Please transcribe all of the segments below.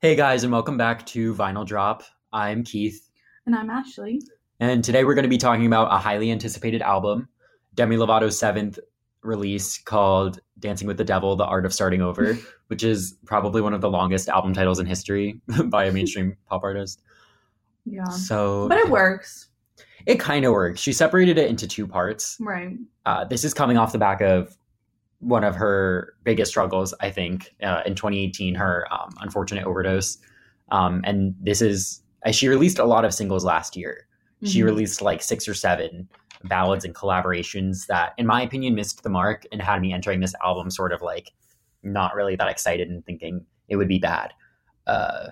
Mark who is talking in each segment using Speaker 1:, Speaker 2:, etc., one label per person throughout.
Speaker 1: Hey guys, and welcome back to Vinyl Drop. I'm Keith,
Speaker 2: And I'm Ashley.
Speaker 1: and today we're going to be talking about a highly anticipated album, Demi Lovato's seventh release called Dancing with the Devil The Art of Starting Over, which is probably one of the longest album titles in history by a mainstream pop artist.
Speaker 2: Yeah.
Speaker 1: So
Speaker 2: But it works.
Speaker 1: it kind of works. She separated it into two parts.
Speaker 2: Right.
Speaker 1: Uh, this is coming off the back of one of her biggest struggles, I think, uh, in 2018, her um, unfortunate overdose. Um, and this is, uh, she released a lot of singles last year. She
Speaker 2: Mhm.
Speaker 1: released like six or seven ballads and collaborations that, in my opinion, missed the mark and had me entering this album sort of like not really that excited and thinking it would be bad. Uh,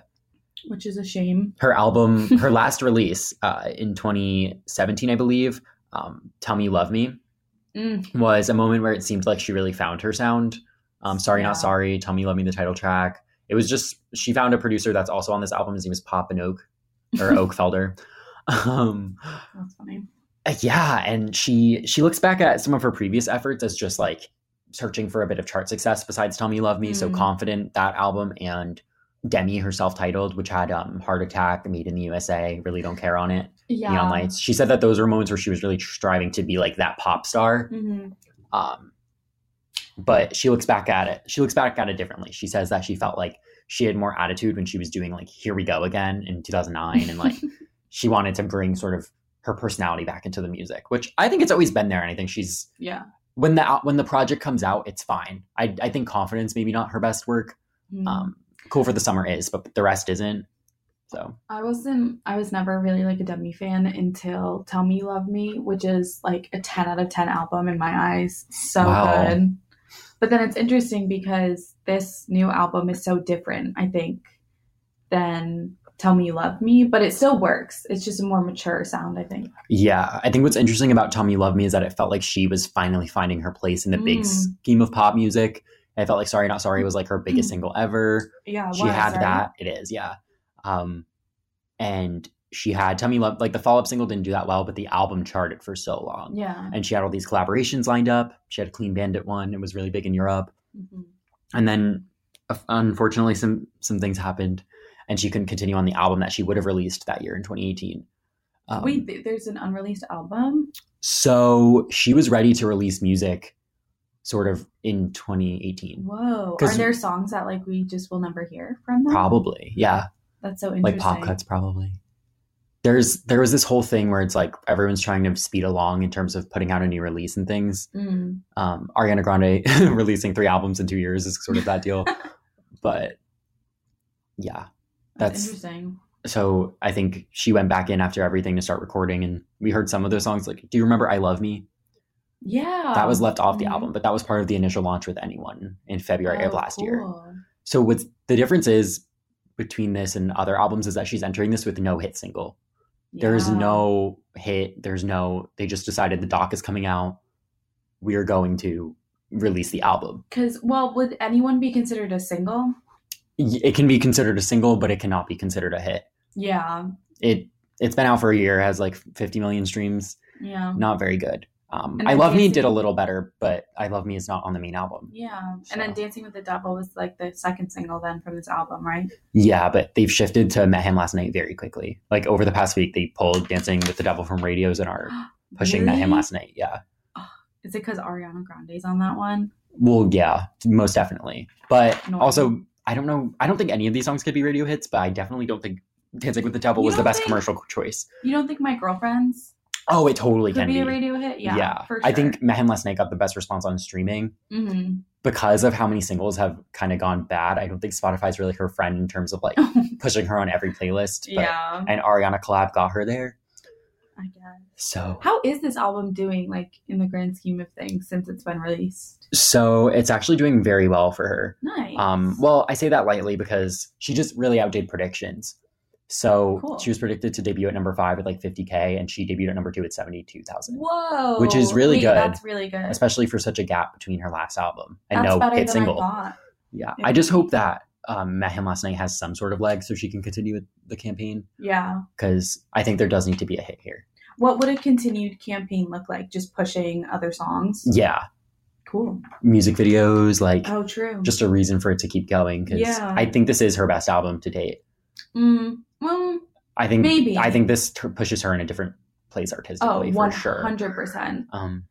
Speaker 2: Which is a shame.
Speaker 1: her album, her last release uh, in 2017, I believe, um, Tell Me You Love Me,
Speaker 2: Mm.
Speaker 1: was a moment where it seemed like she really found her sound. Um, sorry,
Speaker 2: Yeah.
Speaker 1: not sorry. Tell me, you love me. The title track. It was just she found a producer that's also on this album. His name is Pop and Oak or Oakfelder. Um,
Speaker 2: That's funny.
Speaker 1: Uh, yeah, and she she looks back at some of her previous efforts as just like searching for a bit of chart success besides Tell Me You Love Me. So
Speaker 2: Mm.
Speaker 1: confident that album and Demi her self titled, which had um, Heart Attack, Made in the USA, Really Don't Care on it,
Speaker 2: Yeah.
Speaker 1: Neon Lights. She said that those were moments where she was really striving to be like that pop star.
Speaker 2: Mhm.
Speaker 1: Um, but she looks back at it. She looks back at it differently. She says that she felt like she had more attitude when she was doing like "Here We Go Again" in 2009, and like she wanted to bring sort of her personality back into the music, which I think it's always been there. And I think she's
Speaker 2: Yeah.
Speaker 1: when the out- when the project comes out, it's fine. I I think confidence maybe not her best work.
Speaker 2: Mm.
Speaker 1: Um, cool for the summer is, but the rest isn't. So
Speaker 2: I wasn't. I was never really like a Demi fan until "Tell Me You Love Me," which is like a ten out of ten album in my eyes. So
Speaker 1: Wow.
Speaker 2: good. But then it's interesting because this new album is so different. I think than "Tell Me You Love Me," but it still works. It's just a more mature sound. I think.
Speaker 1: Yeah, I think what's interesting about Tommy Love Me is that it felt like she was finally finding her place in the big
Speaker 2: Mm.
Speaker 1: scheme of pop music. I felt like Sorry Not Sorry was like her biggest single ever.
Speaker 2: Yeah. it
Speaker 1: she
Speaker 2: was,
Speaker 1: had
Speaker 2: right?
Speaker 1: that. It is, yeah. Um, and she had Tommy Love, like the follow up single didn't do that well, but the album charted for so long.
Speaker 2: Yeah.
Speaker 1: And she had all these collaborations lined up. She had Clean Bandit one, it was really big in Europe.
Speaker 2: Mhm.
Speaker 1: And then uh, unfortunately, some, some things happened and she couldn't continue on the album that she would have released that year in 2018. Um,
Speaker 2: Wait, th- there's an unreleased album.
Speaker 1: So she was ready to release music sort of in 2018.
Speaker 2: Whoa! Are
Speaker 1: 'Cause-
Speaker 2: there songs that like we just will never hear from them?
Speaker 1: Probably. Yeah.
Speaker 2: That's so
Speaker 1: Like
Speaker 2: interesting.
Speaker 1: pop cuts probably. There's there was this whole thing where it's like everyone's trying to speed along in terms of putting out a new release and things.
Speaker 2: Mm.
Speaker 1: Um, Ariana Grande releasing three albums in 2 years is sort of that deal. but yeah. That's-
Speaker 2: That's, interesting.
Speaker 1: So I think she went back in after everything to start recording and we heard some of those songs like do you remember I Love Me?
Speaker 2: Yeah.
Speaker 1: that was left off the
Speaker 2: Mhm.
Speaker 1: album, but that was part of the initial launch with anyone in February of
Speaker 2: Oh,
Speaker 1: last year.
Speaker 2: cool.
Speaker 1: So what's the difference is between this and other albums is that she's entering this with no hit single. There is
Speaker 2: Yeah.
Speaker 1: no hit. There's no. They just decided the doc is coming out. We are going to release the album.
Speaker 2: Because, well, would anyone be considered a single?
Speaker 1: Y- It can be considered a single, but it cannot be considered a hit.
Speaker 2: Yeah.
Speaker 1: It it's been out for a year, has like 50 million streams.
Speaker 2: Yeah.
Speaker 1: Not very good. Um,
Speaker 2: And
Speaker 1: I
Speaker 2: then
Speaker 1: Love Me
Speaker 2: Dancing-
Speaker 1: did a little better, but I Love Me is not on the main album.
Speaker 2: Yeah. And then
Speaker 1: So.
Speaker 2: Dancing with the Devil was like the second single then from this album, right?
Speaker 1: Yeah, but they've shifted to Met Him last night very quickly. Like over the past week, they pulled Dancing with the Devil from radios and are pushing Met Him
Speaker 2: Really?
Speaker 1: last night. Yeah.
Speaker 2: Is it because Ariana Grande's on that one?
Speaker 1: Well, yeah, most definitely. But
Speaker 2: Annoying.
Speaker 1: also, I don't know. I don't think any of these songs could be radio hits, but I definitely don't think Dancing with the Devil
Speaker 2: You
Speaker 1: was the
Speaker 2: don't
Speaker 1: best
Speaker 2: think-
Speaker 1: commercial choice.
Speaker 2: You don't think My Girlfriend's
Speaker 1: Oh, it totally
Speaker 2: could
Speaker 1: can
Speaker 2: be
Speaker 1: be.
Speaker 2: a radio hit? Yeah. For
Speaker 1: I
Speaker 2: sure.
Speaker 1: think Met Him last night got the best response on streaming
Speaker 2: Mhm.
Speaker 1: because of how many singles have kind of gone bad. I don't think Spotify's really her friend in terms of like pushing her on every playlist. But,
Speaker 2: yeah.
Speaker 1: And Ariana collab got her there.
Speaker 2: I guess.
Speaker 1: So
Speaker 2: How is this album doing, like, in the grand scheme of things since it's been released?
Speaker 1: So it's actually doing very well for her.
Speaker 2: Nice.
Speaker 1: Um, well, I say that lightly because she just really outdid predictions. So
Speaker 2: Cool.
Speaker 1: she was predicted to debut at number five at like 50K, and she debuted at number two at 72,000,
Speaker 2: Whoa.
Speaker 1: which is really
Speaker 2: Wait,
Speaker 1: good.
Speaker 2: That's really good.
Speaker 1: especially for such a gap between her last album and
Speaker 2: That's
Speaker 1: no
Speaker 2: better
Speaker 1: hit
Speaker 2: than I
Speaker 1: single.
Speaker 2: thought.
Speaker 1: yeah.
Speaker 2: Yeah.
Speaker 1: I just hope that um, Met Him Last Night has some sort of leg so she can continue with the campaign
Speaker 2: Yeah.
Speaker 1: because I think there does need to be a hit here.
Speaker 2: What would a continued campaign look like? Just pushing other songs?
Speaker 1: Yeah.
Speaker 2: Cool.
Speaker 1: music videos, like
Speaker 2: Oh, true.
Speaker 1: just a reason for it to keep going. Because
Speaker 2: Yeah.
Speaker 1: I think this is her best album to date.
Speaker 2: Mm, well,
Speaker 1: I think
Speaker 2: Maybe.
Speaker 1: I think this t- pushes her in a different place
Speaker 2: oh,
Speaker 1: artistically for sure.
Speaker 2: 100%.
Speaker 1: Um,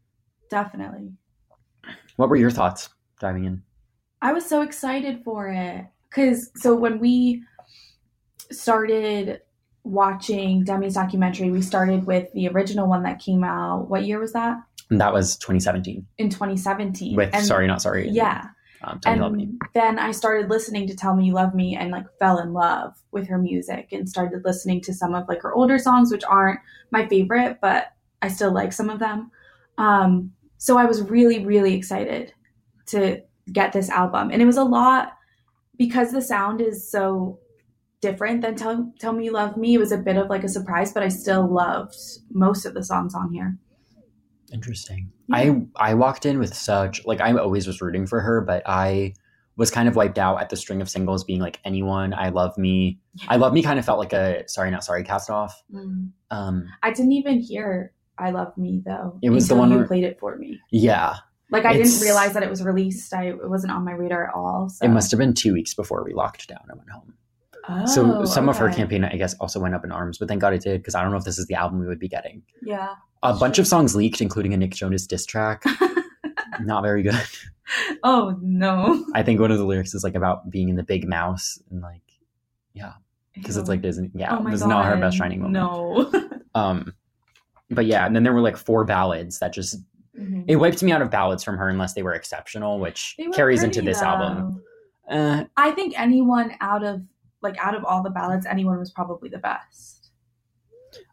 Speaker 2: Definitely.
Speaker 1: what were your thoughts diving in?
Speaker 2: I was so excited for it because so when we started watching Demi's documentary, we started with the original one that came out. What year was that?
Speaker 1: And that was 2017
Speaker 2: In 2017.
Speaker 1: with
Speaker 2: And-
Speaker 1: Sorry Not Sorry. and,
Speaker 2: Yeah,
Speaker 1: um, Tell Me
Speaker 2: and
Speaker 1: Love Me.
Speaker 2: then I started listening to "Tell Me You Love Me" and like fell in love with her music and started listening to some of like her older songs, which aren't my favorite, but I still like some of them. Um, so I was really, really excited to get this album, and it was a lot because the sound is so different than "Tell Tell Me You Love Me." It was a bit of like a surprise, but I still loved most of the songs on here.
Speaker 1: Interesting. I I walked in with such like I always was rooting for her, but I was kind of wiped out at the string of singles being like anyone. I love me. I love me kind of felt like a Sorry Not Sorry cast off.
Speaker 2: Mm.
Speaker 1: Um,
Speaker 2: I didn't even hear "I Love Me" though.
Speaker 1: It was the
Speaker 2: until
Speaker 1: one
Speaker 2: you
Speaker 1: where-
Speaker 2: played it for me.
Speaker 1: yeah,
Speaker 2: Like I
Speaker 1: It's-
Speaker 2: didn't realize that it was released. I it wasn't on my radar at all. So.
Speaker 1: it must have been two weeks before we locked down and went home.
Speaker 2: Oh,
Speaker 1: so some of her
Speaker 2: okay.
Speaker 1: campaign, I guess, also went up in arms, but thank God it did because I don't know if this is the album we would be getting.
Speaker 2: Yeah.
Speaker 1: A bunch of songs leaked, including a Nick Jonas diss track. Not very good.
Speaker 2: Oh no.
Speaker 1: I think one of the lyrics is like about being in the big mouse and like because it's like Disney. Yeah,
Speaker 2: Oh my
Speaker 1: this is not her
Speaker 2: God.
Speaker 1: best shining moment.
Speaker 2: No.
Speaker 1: Um, but yeah, and then there were like four ballads that just
Speaker 2: Mhm.
Speaker 1: it wiped me out of ballads from her unless they were exceptional, which
Speaker 2: They were
Speaker 1: carries into
Speaker 2: pretty,
Speaker 1: this album.
Speaker 2: though.
Speaker 1: Uh,
Speaker 2: I think anyone out of like out of all the ballads, anyone was probably the best.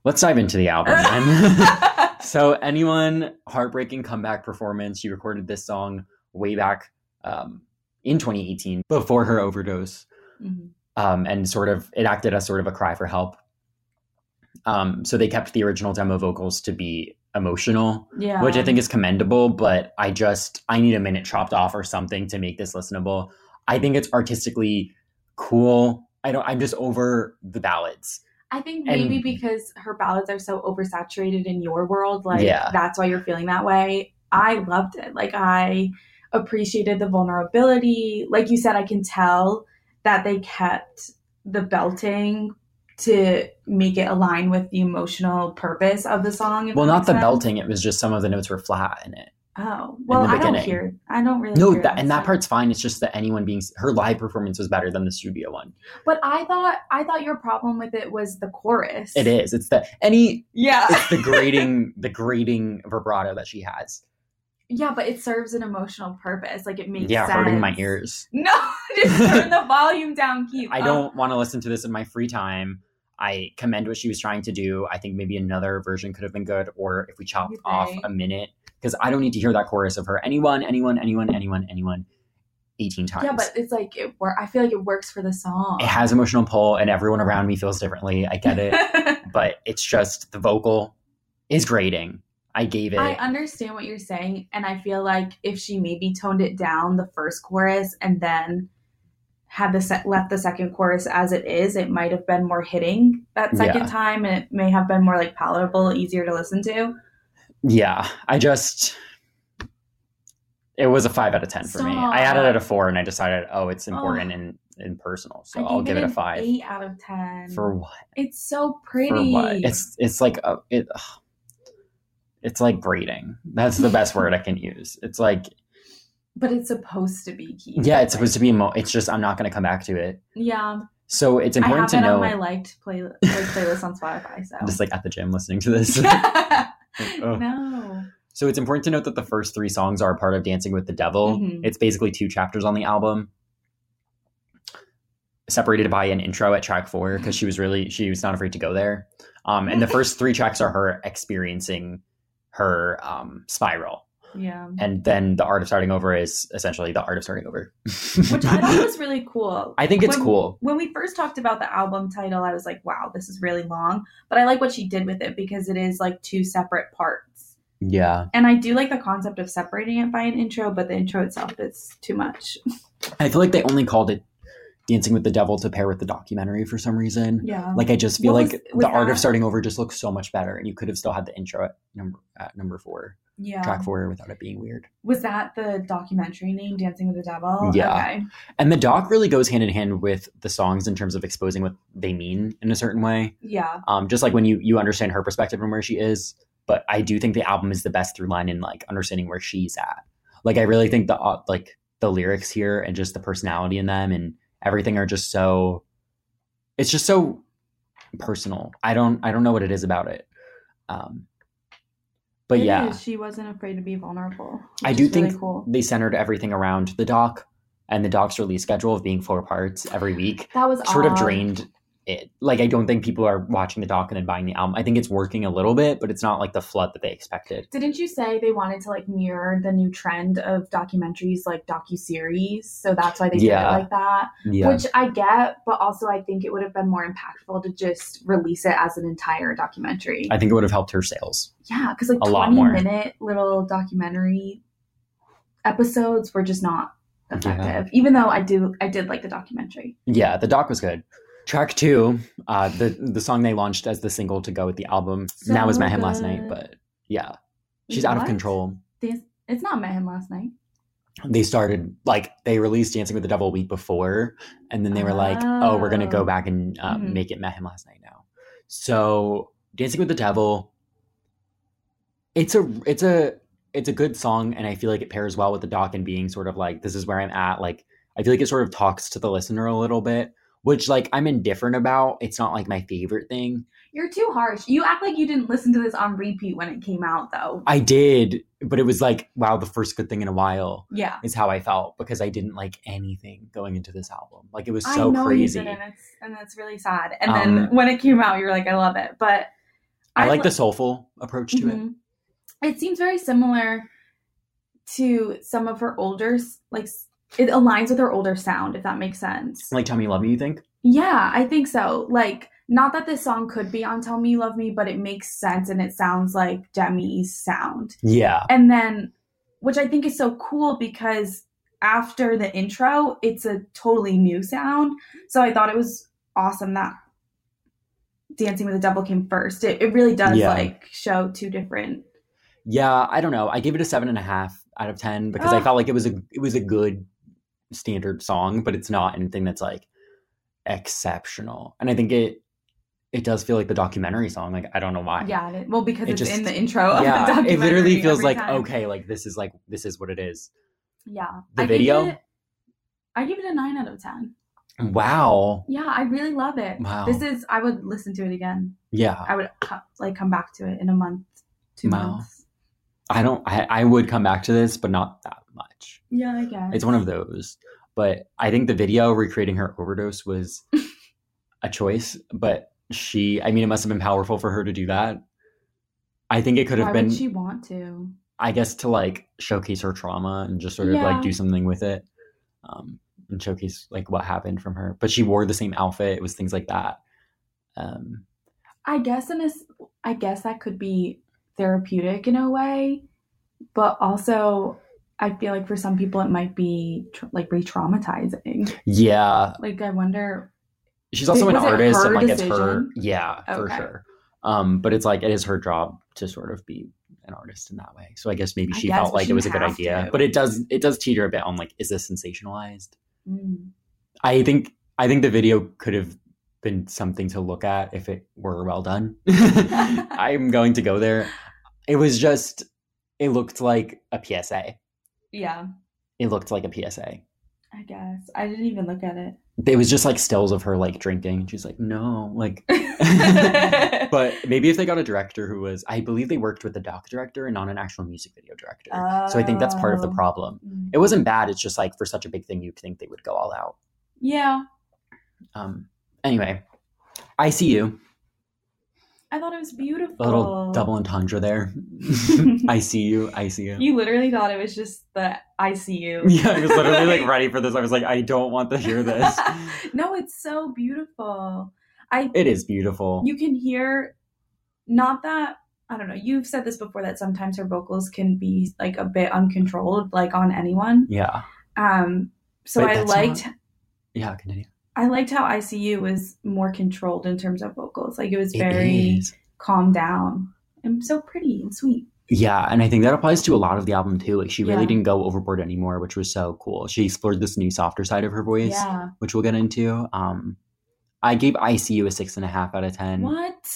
Speaker 1: let's dive into the album. then. So, anyone heartbreaking comeback performance. She recorded this song way back um, in 2018 before her overdose,
Speaker 2: Mhm.
Speaker 1: um, and sort of it acted as sort of a cry for help. Um, so they kept the original demo vocals to be emotional,
Speaker 2: Yeah.
Speaker 1: which I think is commendable. But I just I need a minute chopped off or something to make this listenable. I think it's artistically cool. I don't. I'm just over the ballads.
Speaker 2: I think maybe
Speaker 1: and-
Speaker 2: because her ballads are so oversaturated in your world, like
Speaker 1: Yeah.
Speaker 2: that's why you're feeling that way. I loved it. Like I appreciated the vulnerability. Like you said, I can tell that they kept the belting to make it align with the emotional purpose of the song. if
Speaker 1: Well,
Speaker 2: that
Speaker 1: not
Speaker 2: makes
Speaker 1: the
Speaker 2: sense.
Speaker 1: belting. It was just some of the notes were flat in it.
Speaker 2: Oh well,
Speaker 1: the
Speaker 2: I don't
Speaker 1: beginning.
Speaker 2: hear. I don't really.
Speaker 1: No,
Speaker 2: hear
Speaker 1: that, and that
Speaker 2: so.
Speaker 1: part's fine. It's just that anyone being her live performance was better than the studio one.
Speaker 2: But I thought I thought your problem with it was the chorus.
Speaker 1: It is. It's the any.
Speaker 2: Yeah.
Speaker 1: It's the grading, the grading vibrato that she has.
Speaker 2: Yeah, but it serves an emotional purpose. Like it makes
Speaker 1: yeah,
Speaker 2: sense.
Speaker 1: hurting my ears.
Speaker 2: No, just turn the volume down, Keith.
Speaker 1: I
Speaker 2: Uh,
Speaker 1: don't want to listen to this in my free time. I commend what she was trying to do. I think maybe another version could have been good, or if we chopped
Speaker 2: You
Speaker 1: off
Speaker 2: think?
Speaker 1: a minute, because I don't need to hear that chorus of her. Anyone, anyone, anyone, anyone, anyone, eighteen times.
Speaker 2: yeah, but it's like it wor- I feel like it works for the song.
Speaker 1: it has emotional pull, and everyone around me feels differently. I get it. but it's just the vocal is grating. I gave it.
Speaker 2: I understand what you're saying, and I feel like if she maybe toned it down the first chorus and then had the se- left the second chorus as it is, it might have been more hitting that second
Speaker 1: Yeah.
Speaker 2: time, and it may have been more like palatable, easier to listen to.
Speaker 1: yeah, I just it was a five out of ten for me. I added it a four, and I decided, oh, it's important
Speaker 2: Oh.
Speaker 1: and and personal,
Speaker 2: I
Speaker 1: so I'll give it a
Speaker 2: an
Speaker 1: five.
Speaker 2: Eight out of ten.
Speaker 1: For what?
Speaker 2: it's so pretty.
Speaker 1: For what? It's it's like a, it. ugh. It's like grading. That's the best word I can use. It's like
Speaker 2: but it's supposed to be Keith.
Speaker 1: yeah, it's supposed to be. Emo- it's just I'm not going to come back to it.
Speaker 2: Yeah,
Speaker 1: So it's
Speaker 2: I have
Speaker 1: important to
Speaker 2: it
Speaker 1: know.
Speaker 2: on my liked playlist, like playlist on Spotify. So
Speaker 1: I'm just like at the gym listening to this. Oh. Ugh.
Speaker 2: no,
Speaker 1: So it's important to note that the first three songs are a part of Dancing with the Devil.
Speaker 2: Mhm.
Speaker 1: It's basically two chapters on the album, separated by an intro at track four because she was really she was not afraid to go there. Um, and the first three tracks are her experiencing her um, spiral,
Speaker 2: yeah,
Speaker 1: and then the art of starting over is essentially the art of starting over.
Speaker 2: which I thought was really cool.
Speaker 1: I think it's
Speaker 2: when-
Speaker 1: cool.
Speaker 2: When we first talked about the album title, I was like, "Wow, this is really long," but I like what she did with it because it is like two separate parts,
Speaker 1: Yeah,
Speaker 2: and I do like the concept of separating it by an intro, but the intro itself is too much.
Speaker 1: I feel like they only called it Dancing with the Devil to pair with the documentary for some reason.
Speaker 2: Yeah,
Speaker 1: Like I just feel
Speaker 2: What
Speaker 1: like
Speaker 2: was- was
Speaker 1: the art
Speaker 2: that-
Speaker 1: of starting over just looks so much better, and you could have still had the intro at number at number four.
Speaker 2: Yeah.
Speaker 1: track for her without it being weird.
Speaker 2: Was that the documentary name, Dancing with the Devil?
Speaker 1: Yeah.
Speaker 2: Okay.
Speaker 1: And the doc really goes hand in hand with the songs in terms of exposing what they mean in a certain way.
Speaker 2: Yeah.
Speaker 1: Um, just like when you you understand her perspective and where she is. But I do think the album is the best through line in like understanding where she's at. Like I really think the uh, like the lyrics here and just the personality in them and everything are just so. It's just so personal. I don't I don't know what it is about it. Um, but
Speaker 2: It
Speaker 1: yeah,
Speaker 2: is. She wasn't afraid to be vulnerable.
Speaker 1: I
Speaker 2: which
Speaker 1: do
Speaker 2: is really
Speaker 1: think-
Speaker 2: cool.
Speaker 1: they centered everything around the doc and the doc's release schedule of being four parts every week
Speaker 2: that was
Speaker 1: sort of
Speaker 2: odd.
Speaker 1: drained it. Like I don't think people are watching the doc and then buying the album. I think it's working a little bit, but it's not like the flood that they expected.
Speaker 2: Didn't you say they wanted to like mirror the new trend of documentaries, like docu series? So that's why they
Speaker 1: Yeah.
Speaker 2: did it like that,
Speaker 1: Yeah.
Speaker 2: which I get, but also I think it would have been more impactful to just release it as an entire documentary.
Speaker 1: I think it would have helped her sales.
Speaker 2: yeah, because like
Speaker 1: A lot
Speaker 2: twenty
Speaker 1: more.
Speaker 2: minute little documentary episodes were just not
Speaker 1: Yeah.
Speaker 2: effective. Even though I do, I did like the documentary.
Speaker 1: Yeah, the doc was good. Track two, uh, the the song they launched as the single to go with the album.
Speaker 2: So
Speaker 1: now was met him last night,
Speaker 2: good.
Speaker 1: but yeah, she's out of
Speaker 2: What?
Speaker 1: control.
Speaker 2: This, it's not met him last night.
Speaker 1: They started like they released Dancing with the Devil a week before, and then they were like, "Oh, we're gonna go
Speaker 2: Oh.
Speaker 1: back and uh,
Speaker 2: Mhm.
Speaker 1: make it met him last night now." So Dancing with the Devil, it's a it's a it's a good song, and I feel like it pairs well with the doc and being sort of like this is where I'm at. Like I feel like it sort of talks to the listener a little bit, which like I'm indifferent about. It's not like my favorite thing.
Speaker 2: You're too harsh. You act like you didn't listen to this on repeat when it came out, though.
Speaker 1: I did, but it was like wow, the first good thing in a while
Speaker 2: Yeah.
Speaker 1: is how I felt because I didn't like anything going into this album. Like it was
Speaker 2: I
Speaker 1: so
Speaker 2: know
Speaker 1: crazy.
Speaker 2: you did, and it's and that's really sad. And
Speaker 1: Um,
Speaker 2: then when it came out, you were like, "I love it," but
Speaker 1: I like
Speaker 2: li-
Speaker 1: the soulful approach to it.
Speaker 2: Mhm. It seems very similar to some of her older, s- like s- it aligns with her older sound, if that makes sense.
Speaker 1: Like Tell Me You Love Me, you think?
Speaker 2: yeah, I think so. Like, not that this song could be on "Tell Me You Love Me," but it makes sense, and it sounds like Demi's sound.
Speaker 1: Yeah.
Speaker 2: and then which i think is so cool because after the intro it's a totally new sound so i thought it was awesome that dancing with the devil came first it, it really does
Speaker 1: Yeah.
Speaker 2: like show two different
Speaker 1: Yeah, I don't know. I gave it a seven and a half out of ten because I
Speaker 2: Ah.
Speaker 1: felt like it was a it was a good standard song, but it's not anything that's like exceptional. And I think it it does feel like the documentary song. Like I don't know why.
Speaker 2: yeah and it- well because
Speaker 1: It
Speaker 2: it's
Speaker 1: just-
Speaker 2: in the intro of the
Speaker 1: Yeah.
Speaker 2: documentary
Speaker 1: It literally feels
Speaker 2: every
Speaker 1: like,
Speaker 2: time.
Speaker 1: okay, like this is like this is what it is.
Speaker 2: yeah
Speaker 1: The
Speaker 2: gave
Speaker 1: video?
Speaker 2: it- i give it a nine out of ten
Speaker 1: Wow.
Speaker 2: yeah i really love it
Speaker 1: Wow.
Speaker 2: this is i would listen to it again
Speaker 1: Yeah.
Speaker 2: i would co- like come back to it in a month two
Speaker 1: Wow.
Speaker 2: months
Speaker 1: I don't I, I would come back to this, but not that much.
Speaker 2: yeah i guess
Speaker 1: It's one of those. But I think the video recreating her overdose was a choice, but she I mean it must have been powerful for her to do that. I think it could have
Speaker 2: why
Speaker 1: been
Speaker 2: would she want to
Speaker 1: I guess to like showcase her trauma and just sort of like
Speaker 2: Yeah.
Speaker 1: do something with it. Um and showcase like what happened from her. But she wore the same outfit, it was things like that. Um
Speaker 2: I guess in a, s- I guess that could be therapeutic in a way, but also I feel like for some people it might be tr- like re-traumatizing.
Speaker 1: yeah.
Speaker 2: Like I wonder.
Speaker 1: She's also
Speaker 2: Was
Speaker 1: an
Speaker 2: it
Speaker 1: artist
Speaker 2: her
Speaker 1: and like it's her
Speaker 2: decision?
Speaker 1: yeah, for
Speaker 2: Okay.
Speaker 1: sure. Um but it's like it is her job to sort of be an artist in that way. So I guess maybe
Speaker 2: I
Speaker 1: she
Speaker 2: guess,
Speaker 1: felt
Speaker 2: but
Speaker 1: like
Speaker 2: she
Speaker 1: it was a good
Speaker 2: has
Speaker 1: idea.
Speaker 2: to.
Speaker 1: But it does it does teeter a bit on like is this sensationalized?
Speaker 2: Mm.
Speaker 1: I think I think the video could have been something to look at if it were well done. I'm going to go there. It was just it looked like a PSA.
Speaker 2: Yeah,
Speaker 1: It looked like a PSA.
Speaker 2: I guess I didn't even look at it.
Speaker 1: It was just like stills of her like drinking. She's like, no, like but maybe if they got a director who was I believe they worked with the doc director and not an actual music video director. So I think that's part of the
Speaker 2: Oh.
Speaker 1: problem.
Speaker 2: Mm.
Speaker 1: It wasn't bad, it's just like for such a big thing you'd think they would go all out.
Speaker 2: yeah,
Speaker 1: Um anyway. I see you.
Speaker 2: I thought it was beautiful.
Speaker 1: A little double entendre there. I see you. I see you.
Speaker 2: You literally thought it was just the I see you.
Speaker 1: yeah, I was literally like ready for this. I was like, I don't want to hear this.
Speaker 2: no, it's so beautiful. I
Speaker 1: It is beautiful.
Speaker 2: you can hear not that i don't know you've said this before that sometimes her vocals can be like a bit uncontrolled like on anyone
Speaker 1: yeah.
Speaker 2: um so
Speaker 1: But
Speaker 2: i
Speaker 1: that's
Speaker 2: liked
Speaker 1: Yeah, continue.
Speaker 2: i liked how icu was more controlled in terms of vocals like it was
Speaker 1: It
Speaker 2: very
Speaker 1: is.
Speaker 2: calmed down and so pretty and sweet
Speaker 1: Yeah, and I think that applies to a lot of the album too. Like she really
Speaker 2: Yeah.
Speaker 1: didn't go overboard anymore, which was so cool. She explored this new softer side of her voice,
Speaker 2: Yeah.
Speaker 1: which we'll get into. Um, I gave ICU a six and a half out of ten.
Speaker 2: What?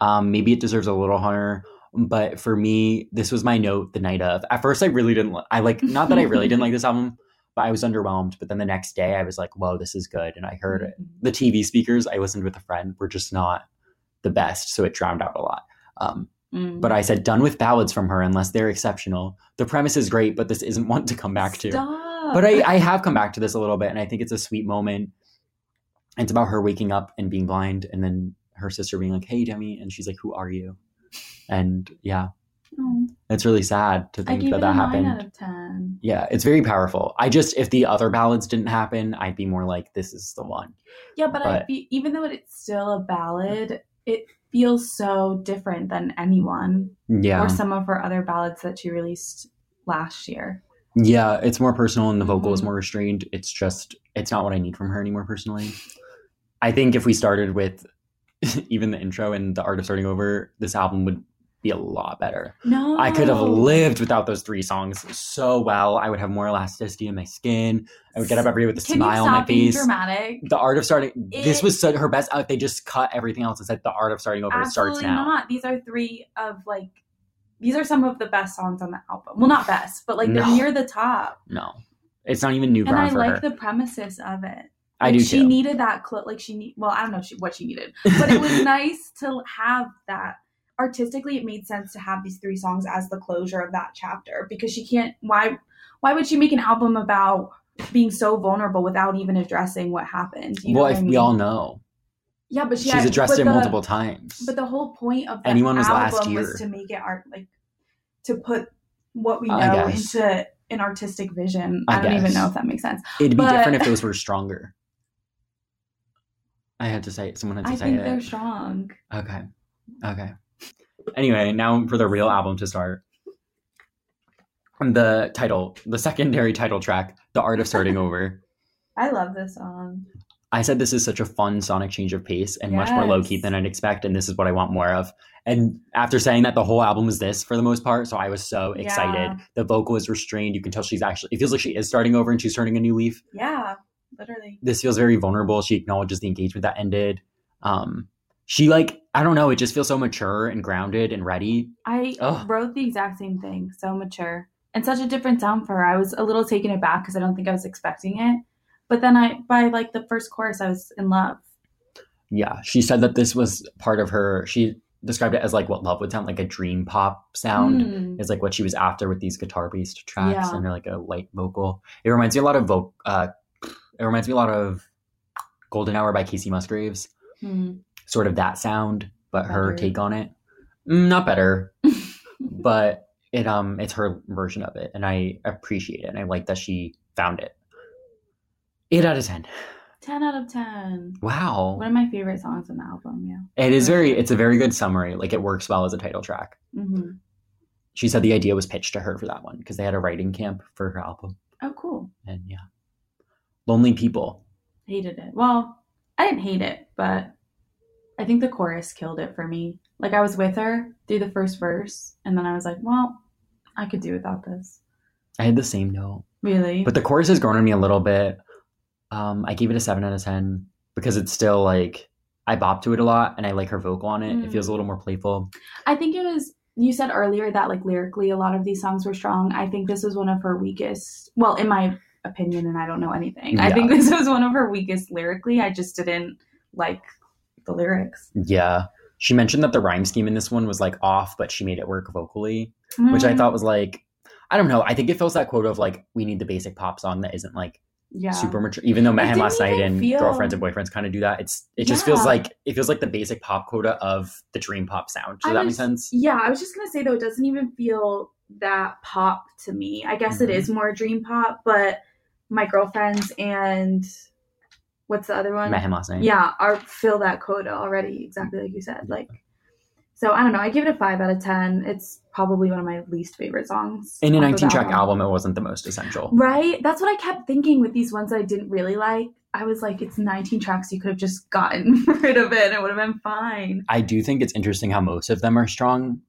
Speaker 1: Um, maybe it deserves a little higher, but for me, this was my note the night of. At first, I really didn't. Li- I like not that I really didn't like this album, but I was underwhelmed. But then the next day, I was like, "Whoa, this is good," and I heard it.
Speaker 2: Mm-hmm.
Speaker 1: The TV speakers I listened with a friend were just not the best, so it drowned out a lot. Um,
Speaker 2: Mm.
Speaker 1: but I said, done with ballads from her unless they're exceptional. The premise is great, but this isn't one to come back to.
Speaker 2: Stop.
Speaker 1: But I, I have come back to this a little bit, and I think it's a sweet moment. It's about her waking up and being blind, and then her sister being like, hey, Demi. And she's like, who are you? And yeah,
Speaker 2: Oh,
Speaker 1: it's really sad to
Speaker 2: I
Speaker 1: think
Speaker 2: gave
Speaker 1: that
Speaker 2: it a
Speaker 1: that
Speaker 2: nine
Speaker 1: happened.
Speaker 2: out of ten.
Speaker 1: Yeah, it's very powerful. I just, if the other ballads didn't happen, I'd be more like, this is the one.
Speaker 2: Yeah, but, I
Speaker 1: But-
Speaker 2: fe- even though it's still a ballad, it feels so different than anyone
Speaker 1: Yeah.
Speaker 2: or some of her other ballads that she released last year.
Speaker 1: Yeah, it's more personal and the vocal is
Speaker 2: Mhm.
Speaker 1: more restrained. It's just it's not what I need from her anymore personally. I think if we started with even the intro and the art of starting over, this album would be a lot better.
Speaker 2: No,
Speaker 1: I could have lived without those three songs so well. I would have more elasticity in my skin. I would get up every day with a
Speaker 2: Can you
Speaker 1: smile on my
Speaker 2: stop being
Speaker 1: face.
Speaker 2: Dramatic.
Speaker 1: The art of starting this
Speaker 2: It-
Speaker 1: was such, her best out. They just cut everything else and said the art of starting over
Speaker 2: Absolutely
Speaker 1: starts now.
Speaker 2: not. These are three of like. These are some of the best songs on the album. Well, not best, but like they're
Speaker 1: No.
Speaker 2: near the top.
Speaker 1: No. It's not even new
Speaker 2: And I
Speaker 1: ground for
Speaker 2: like
Speaker 1: her.
Speaker 2: the premises of it.
Speaker 1: I
Speaker 2: Like,
Speaker 1: do
Speaker 2: She
Speaker 1: too.
Speaker 2: needed that clip. Like she need. Well, I don't know she, what she needed, but it was nice to have that. Artistically, it made sense to have these three songs as the closure of that chapter because she can't. Why? Why would she make an album about being so vulnerable without even addressing what happened? You know
Speaker 1: well,
Speaker 2: what
Speaker 1: if
Speaker 2: I
Speaker 1: we
Speaker 2: mean?
Speaker 1: all know.
Speaker 2: Yeah, but she
Speaker 1: She's
Speaker 2: had-
Speaker 1: addressed
Speaker 2: but
Speaker 1: it
Speaker 2: the-
Speaker 1: multiple times.
Speaker 2: But the whole point of the
Speaker 1: Anyone was
Speaker 2: album
Speaker 1: last year.
Speaker 2: was to make it art, like to put what we
Speaker 1: I
Speaker 2: know
Speaker 1: guess.
Speaker 2: into an artistic vision.
Speaker 1: I
Speaker 2: I, don't even
Speaker 1: guess.
Speaker 2: know if that makes sense.
Speaker 1: It'd be
Speaker 2: but-
Speaker 1: different if those were stronger. I had to say it. Someone had to
Speaker 2: I
Speaker 1: say
Speaker 2: think they're
Speaker 1: it.
Speaker 2: strong.
Speaker 1: okay. Okay. Anyway, now for the real album to start. The title, the secondary title track, The Art of Starting Over.
Speaker 2: I love this song.
Speaker 1: I said this is such a fun sonic change of pace and much more
Speaker 2: Yes.
Speaker 1: low key than I'd expect, and this is what I want more of. And after saying that, the whole album was this for the most part, so I was so excited.
Speaker 2: Yeah.
Speaker 1: The vocal is restrained. You can tell she's actually, it feels like she is starting over and she's turning a new leaf.
Speaker 2: Yeah, literally.
Speaker 1: this feels very vulnerable. She acknowledges the engagement that ended. Um, she like I don't know. It just feels so mature and grounded and ready.
Speaker 2: I
Speaker 1: Ugh.
Speaker 2: wrote the exact same thing. So mature and such a different sound for her. I was a little taken aback because I don't think I was expecting it. But then I, by like the first chorus, I was in love.
Speaker 1: Yeah, she said that this was part of her. She described it as like what love would sound like a dream pop sound.
Speaker 2: Mm.
Speaker 1: Is like what she was after with these guitar based tracks
Speaker 2: Yeah.
Speaker 1: and they're like a light vocal. It reminds me a lot of voc. Uh, it reminds me a lot of Golden Hour by Casey Musgraves.
Speaker 2: Mm.
Speaker 1: Sort of that sound, but her
Speaker 2: Better.
Speaker 1: take on it, Mm, not better. but it um it's her version of it and i appreciate it and i like that she found it eight out of ten
Speaker 2: Ten out of ten.
Speaker 1: wow
Speaker 2: One of my favorite songs on the album. Yeah.
Speaker 1: it is very it's a very good summary like it works well as a title track
Speaker 2: Mm-hmm.
Speaker 1: she said the idea was pitched to her for that one because they had a writing camp for her album
Speaker 2: Oh, cool.
Speaker 1: and yeah lonely people
Speaker 2: hated it. Well, I didn't hate it, but I think the chorus killed it for me. Like I was with her through the first verse, and then I was like, well, I could do without this.
Speaker 1: i had the same note
Speaker 2: Really?
Speaker 1: but the chorus has grown on me a little bit um i gave it a seven out of ten because it's still like i bop to it a lot and i like her vocal on it it
Speaker 2: Mm.
Speaker 1: feels a little more playful
Speaker 2: I think it was. You said earlier that like lyrically, a lot of these songs were strong. I think this was one of her weakest. Well, in my opinion, and I don't know anything. I
Speaker 1: Yeah.
Speaker 2: think this was one of her weakest lyrically. I just didn't like the lyrics,
Speaker 1: Yeah. She mentioned that the rhyme scheme in this one was like off, but she made it work vocally, which I
Speaker 2: Mm,
Speaker 1: thought was like, I don't know. I think it fills that quota of like, we need the basic pop song that isn't like
Speaker 2: yeah.
Speaker 1: super mature. Even though Mayhem
Speaker 2: didn't
Speaker 1: last night
Speaker 2: even
Speaker 1: and
Speaker 2: feel-
Speaker 1: Girlfriends and Boyfriends kind of do that, it's it just feels
Speaker 2: Yeah.
Speaker 1: like it feels like the basic pop quota of the dream pop sound. Does
Speaker 2: I
Speaker 1: that make
Speaker 2: was-
Speaker 1: sense?
Speaker 2: Yeah, I was just gonna say though, it doesn't even feel that pop to me. I guess it
Speaker 1: Mhm.
Speaker 2: is more dream pop, but my girlfriends and what's the other one?
Speaker 1: Mayhem last night.
Speaker 2: Yeah, are fill that quota already, exactly like you said. Like so I don't know, I give it a five out of ten. It's probably one of my least favorite songs.
Speaker 1: In a
Speaker 2: off of
Speaker 1: 19
Speaker 2: the
Speaker 1: track album, it wasn't the most essential.
Speaker 2: Right? That's what I kept thinking with these ones I didn't really like. I was like, it's 19 tracks. You could have just gotten rid of it. and It would have been fine.
Speaker 1: I do think it's interesting how most of them are strong.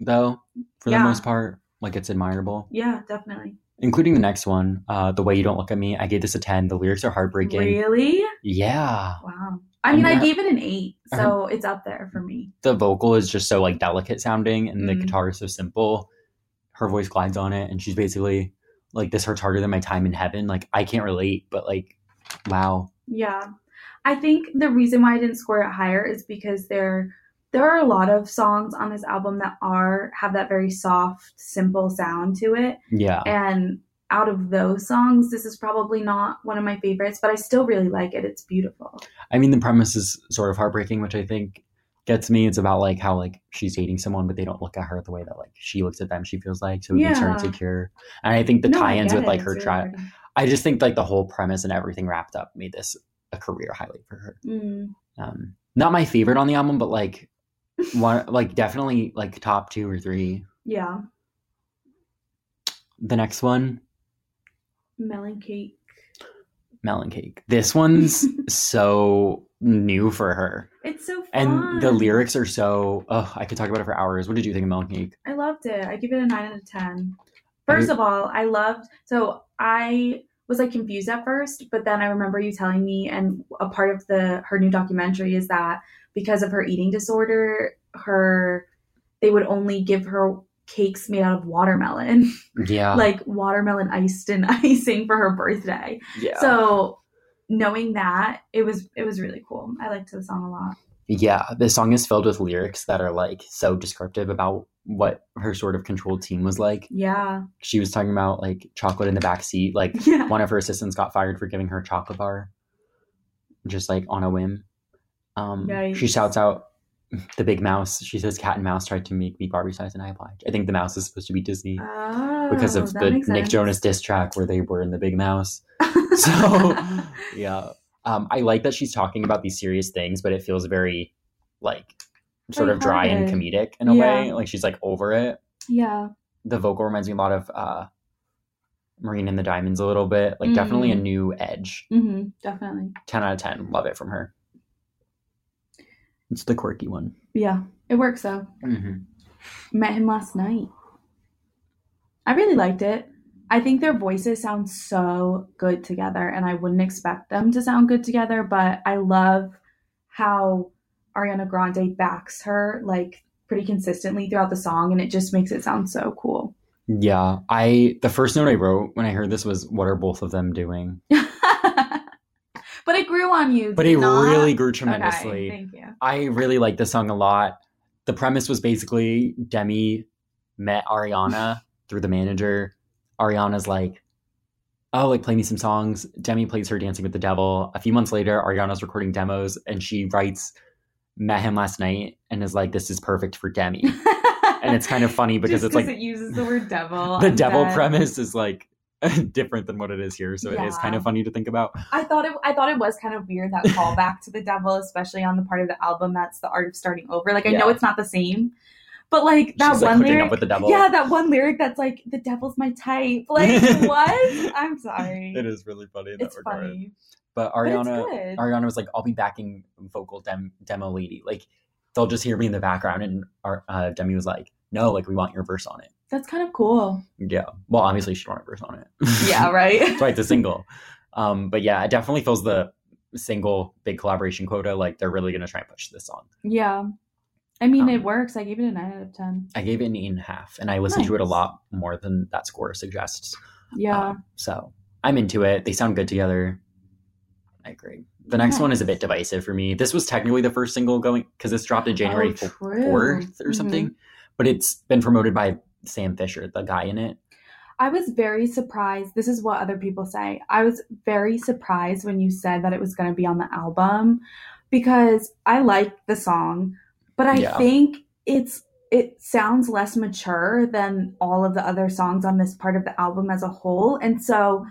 Speaker 1: though, for
Speaker 2: Yeah.
Speaker 1: the most part. Like it's admirable,
Speaker 2: Yeah, definitely.
Speaker 1: including the next one, uh, "The Way You Don't Look at Me." I gave this a ten. The lyrics are heartbreaking.
Speaker 2: Really?
Speaker 1: Yeah,
Speaker 2: Wow. I
Speaker 1: I'm
Speaker 2: mean, I
Speaker 1: not-
Speaker 2: gave it an eight,
Speaker 1: I
Speaker 2: so it's up there for me.
Speaker 1: the vocal is just so like delicate sounding, and the
Speaker 2: Mhm.
Speaker 1: guitar is so simple. Her voice glides on it, and she's basically like, "This hurts harder than my time in heaven." Like I can't relate, but like, wow,
Speaker 2: Yeah. I think the reason why I didn't score it higher is because there there are a lot of songs on this album that are have that very soft, simple sound to it.
Speaker 1: yeah,
Speaker 2: And out of those songs, this is probably not one of my favorites, but I still really like it. It's beautiful.
Speaker 1: I mean, the premise is sort of heartbreaking, which I think gets me. It's about like how like she's dating someone, but they don't look at her the way that like she looks at them. She feels like so it makes her
Speaker 2: Yeah.
Speaker 1: insecure. And I think the
Speaker 2: No, I
Speaker 1: tie-ins
Speaker 2: get
Speaker 1: with
Speaker 2: it.
Speaker 1: like
Speaker 2: It's
Speaker 1: her
Speaker 2: really
Speaker 1: try.
Speaker 2: pretty.
Speaker 1: I just think like the whole premise and everything wrapped up made this a career highlight for her.
Speaker 2: Mm.
Speaker 1: Um, not my favorite on the album, but like one like definitely like top two or three.
Speaker 2: Yeah.
Speaker 1: The next one,
Speaker 2: Melon cake.
Speaker 1: Melon Cake. This one's so new for her,
Speaker 2: It's so fun.
Speaker 1: and the lyrics are so. Oh, I could talk about it for hours. What did you think of Melon Cake?
Speaker 2: I loved it. I give it a nine out of ten. First
Speaker 1: I-
Speaker 2: of all, I loved so I was like confused at first, but then I remember you telling me and a part of the her new documentary is that because of her eating disorder, her they would only give her cakes made out of watermelon.
Speaker 1: Yeah,
Speaker 2: like watermelon iced and icing for her birthday.
Speaker 1: yeah.
Speaker 2: So knowing that, it was it was really cool. I liked the song a lot.
Speaker 1: yeah, this song is filled with lyrics that are like so descriptive about what her sort of controlled team was like.
Speaker 2: Yeah.
Speaker 1: She was talking about like chocolate in the backseat. Like
Speaker 2: Yeah.
Speaker 1: one of her assistants got fired for giving her a chocolate bar, just like on a whim. Um, she
Speaker 2: Yikes.
Speaker 1: shouts out the big mouse. She says, "Cat and mouse tried to make me Barbie size, and I obliged." I think the mouse is supposed to be Disney
Speaker 2: Oh,
Speaker 1: because of
Speaker 2: that
Speaker 1: the Nick
Speaker 2: makes sense.
Speaker 1: Jonas diss track where they were in the big mouse. So yeah, um, I like that she's talking about these serious things, but it feels very like sort of dry and comedic in a way.
Speaker 2: Yeah.
Speaker 1: Like she's like over it.
Speaker 2: yeah.
Speaker 1: The vocal reminds me a lot of uh, Marine and the Diamonds a little bit. Like definitely a
Speaker 2: Mm.
Speaker 1: new edge.
Speaker 2: Mm-hmm, definitely.
Speaker 1: Ten out of ten. Love it from her. It's the quirky one.
Speaker 2: Yeah. It works though.
Speaker 1: Mm-hmm.
Speaker 2: Met him last night. I really liked it. I think their voices sound so good together, and I wouldn't expect them to sound good together, but I love how Ariana Grande backs her like pretty consistently throughout the song, and it just makes it sound so cool.
Speaker 1: Yeah, I the first note I wrote when I heard this was, "What are both of them doing?"
Speaker 2: but it grew on you.
Speaker 1: But
Speaker 2: did
Speaker 1: it
Speaker 2: not?
Speaker 1: really grew
Speaker 2: Okay,
Speaker 1: tremendously.
Speaker 2: thank you.
Speaker 1: I really like this song a lot. The premise was basically Demi met Ariana through the manager. Ariana's like, oh, like play me some songs. Demi plays her Dancing with the Devil. A few months later, Ariana's recording demos and she writes, met him last night and is like, this is perfect for Demi. And it's kind of funny because
Speaker 2: Just
Speaker 1: it's like
Speaker 2: it uses the word devil.
Speaker 1: the
Speaker 2: and
Speaker 1: devil
Speaker 2: then-
Speaker 1: premise is like different than what it is here. So it is kind
Speaker 2: Yeah.
Speaker 1: of funny to think about.
Speaker 2: I thought it. I thought it was kind of weird that callback to the devil, especially on the part of the album that's the art of starting over. Like I know
Speaker 1: Yeah.
Speaker 2: it's not the same, but like that
Speaker 1: She's like
Speaker 2: one
Speaker 1: hooking
Speaker 2: lyric.
Speaker 1: up with the devil.
Speaker 2: Yeah, that one lyric that's like the devil's my type. Like what? I'm sorry.
Speaker 1: It is really funny in that
Speaker 2: It's
Speaker 1: regard.
Speaker 2: funny.
Speaker 1: But
Speaker 2: But
Speaker 1: Ariana
Speaker 2: it's good.
Speaker 1: Ariana was like, "I'll be backing vocal dem- demo lady." Like they'll just hear me in the background, and our, uh, Demi was like, "No, like we want your verse on it."
Speaker 2: that's kind of cool.
Speaker 1: Yeah, well, obviously she wanted a verse on it.
Speaker 2: Yeah. Right.
Speaker 1: that's why it's a single. Um, but yeah, it definitely fills the single big collaboration quota. Like they're really gonna try and push this song.
Speaker 2: yeah. I mean, it
Speaker 1: Um,
Speaker 2: works. I gave it a nine out of ten.
Speaker 1: I gave it an eight and a half, and I listened to it a
Speaker 2: Nice.
Speaker 1: lot more than that score suggests.
Speaker 2: Yeah.
Speaker 1: Um, so I'm into it. They sound good together. I agree. The next one is a bit divisive for me. This was technically the first single going because this dropped in January
Speaker 2: Oh,
Speaker 1: fo-
Speaker 2: true.
Speaker 1: 4th or
Speaker 2: Mhm.
Speaker 1: something, but it's been promoted by Sam Fisher, the guy in it.
Speaker 2: I was very surprised. This is what other people say. I was very surprised when you said that it was going to be on the album because I like the song, but I
Speaker 1: Yeah.
Speaker 2: think it's it sounds less mature than all of the other songs on this part of the album as a whole. And so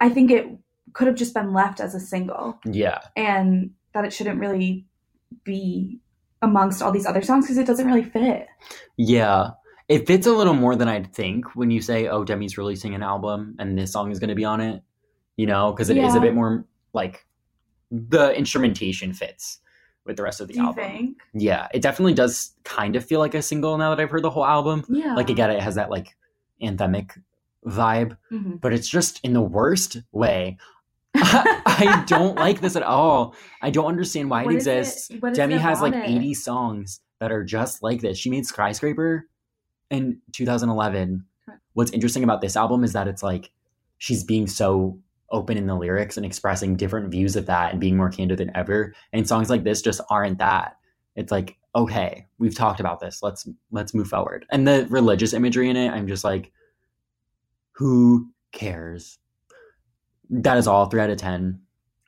Speaker 2: I think it could have just been left as a single
Speaker 1: Yeah.
Speaker 2: and that it shouldn't really be amongst all these other songs because it doesn't really fit.
Speaker 1: Yeah. It fits a little more than I'd think when you say, oh, Demi's releasing an album and this song is going to be on it, you know, because it is a
Speaker 2: Yeah.
Speaker 1: bit more like the instrumentation fits. with the rest of the
Speaker 2: Do you
Speaker 1: album.
Speaker 2: think?
Speaker 1: Yeah, it definitely does kind of feel like a single now that I've heard the whole album.
Speaker 2: Yeah.
Speaker 1: Like again, it has that like anthemic vibe,
Speaker 2: hmm
Speaker 1: but it's just in the worst way. I don't like this at all. I don't understand why it
Speaker 2: What is
Speaker 1: exists.
Speaker 2: it- what is it
Speaker 1: Demi has like
Speaker 2: about it?
Speaker 1: 80 songs that are just like this. She made Skyscraper in 2011.
Speaker 2: Correct.
Speaker 1: What's interesting about this album is that it's like she's being so open in the lyrics and expressing different views of that and being more candid than ever. And songs like this just aren't that. It's like, okay, we've talked about this. Let's let's move forward. And the religious imagery in it, I'm just like who cares? That is all 3 out of 10.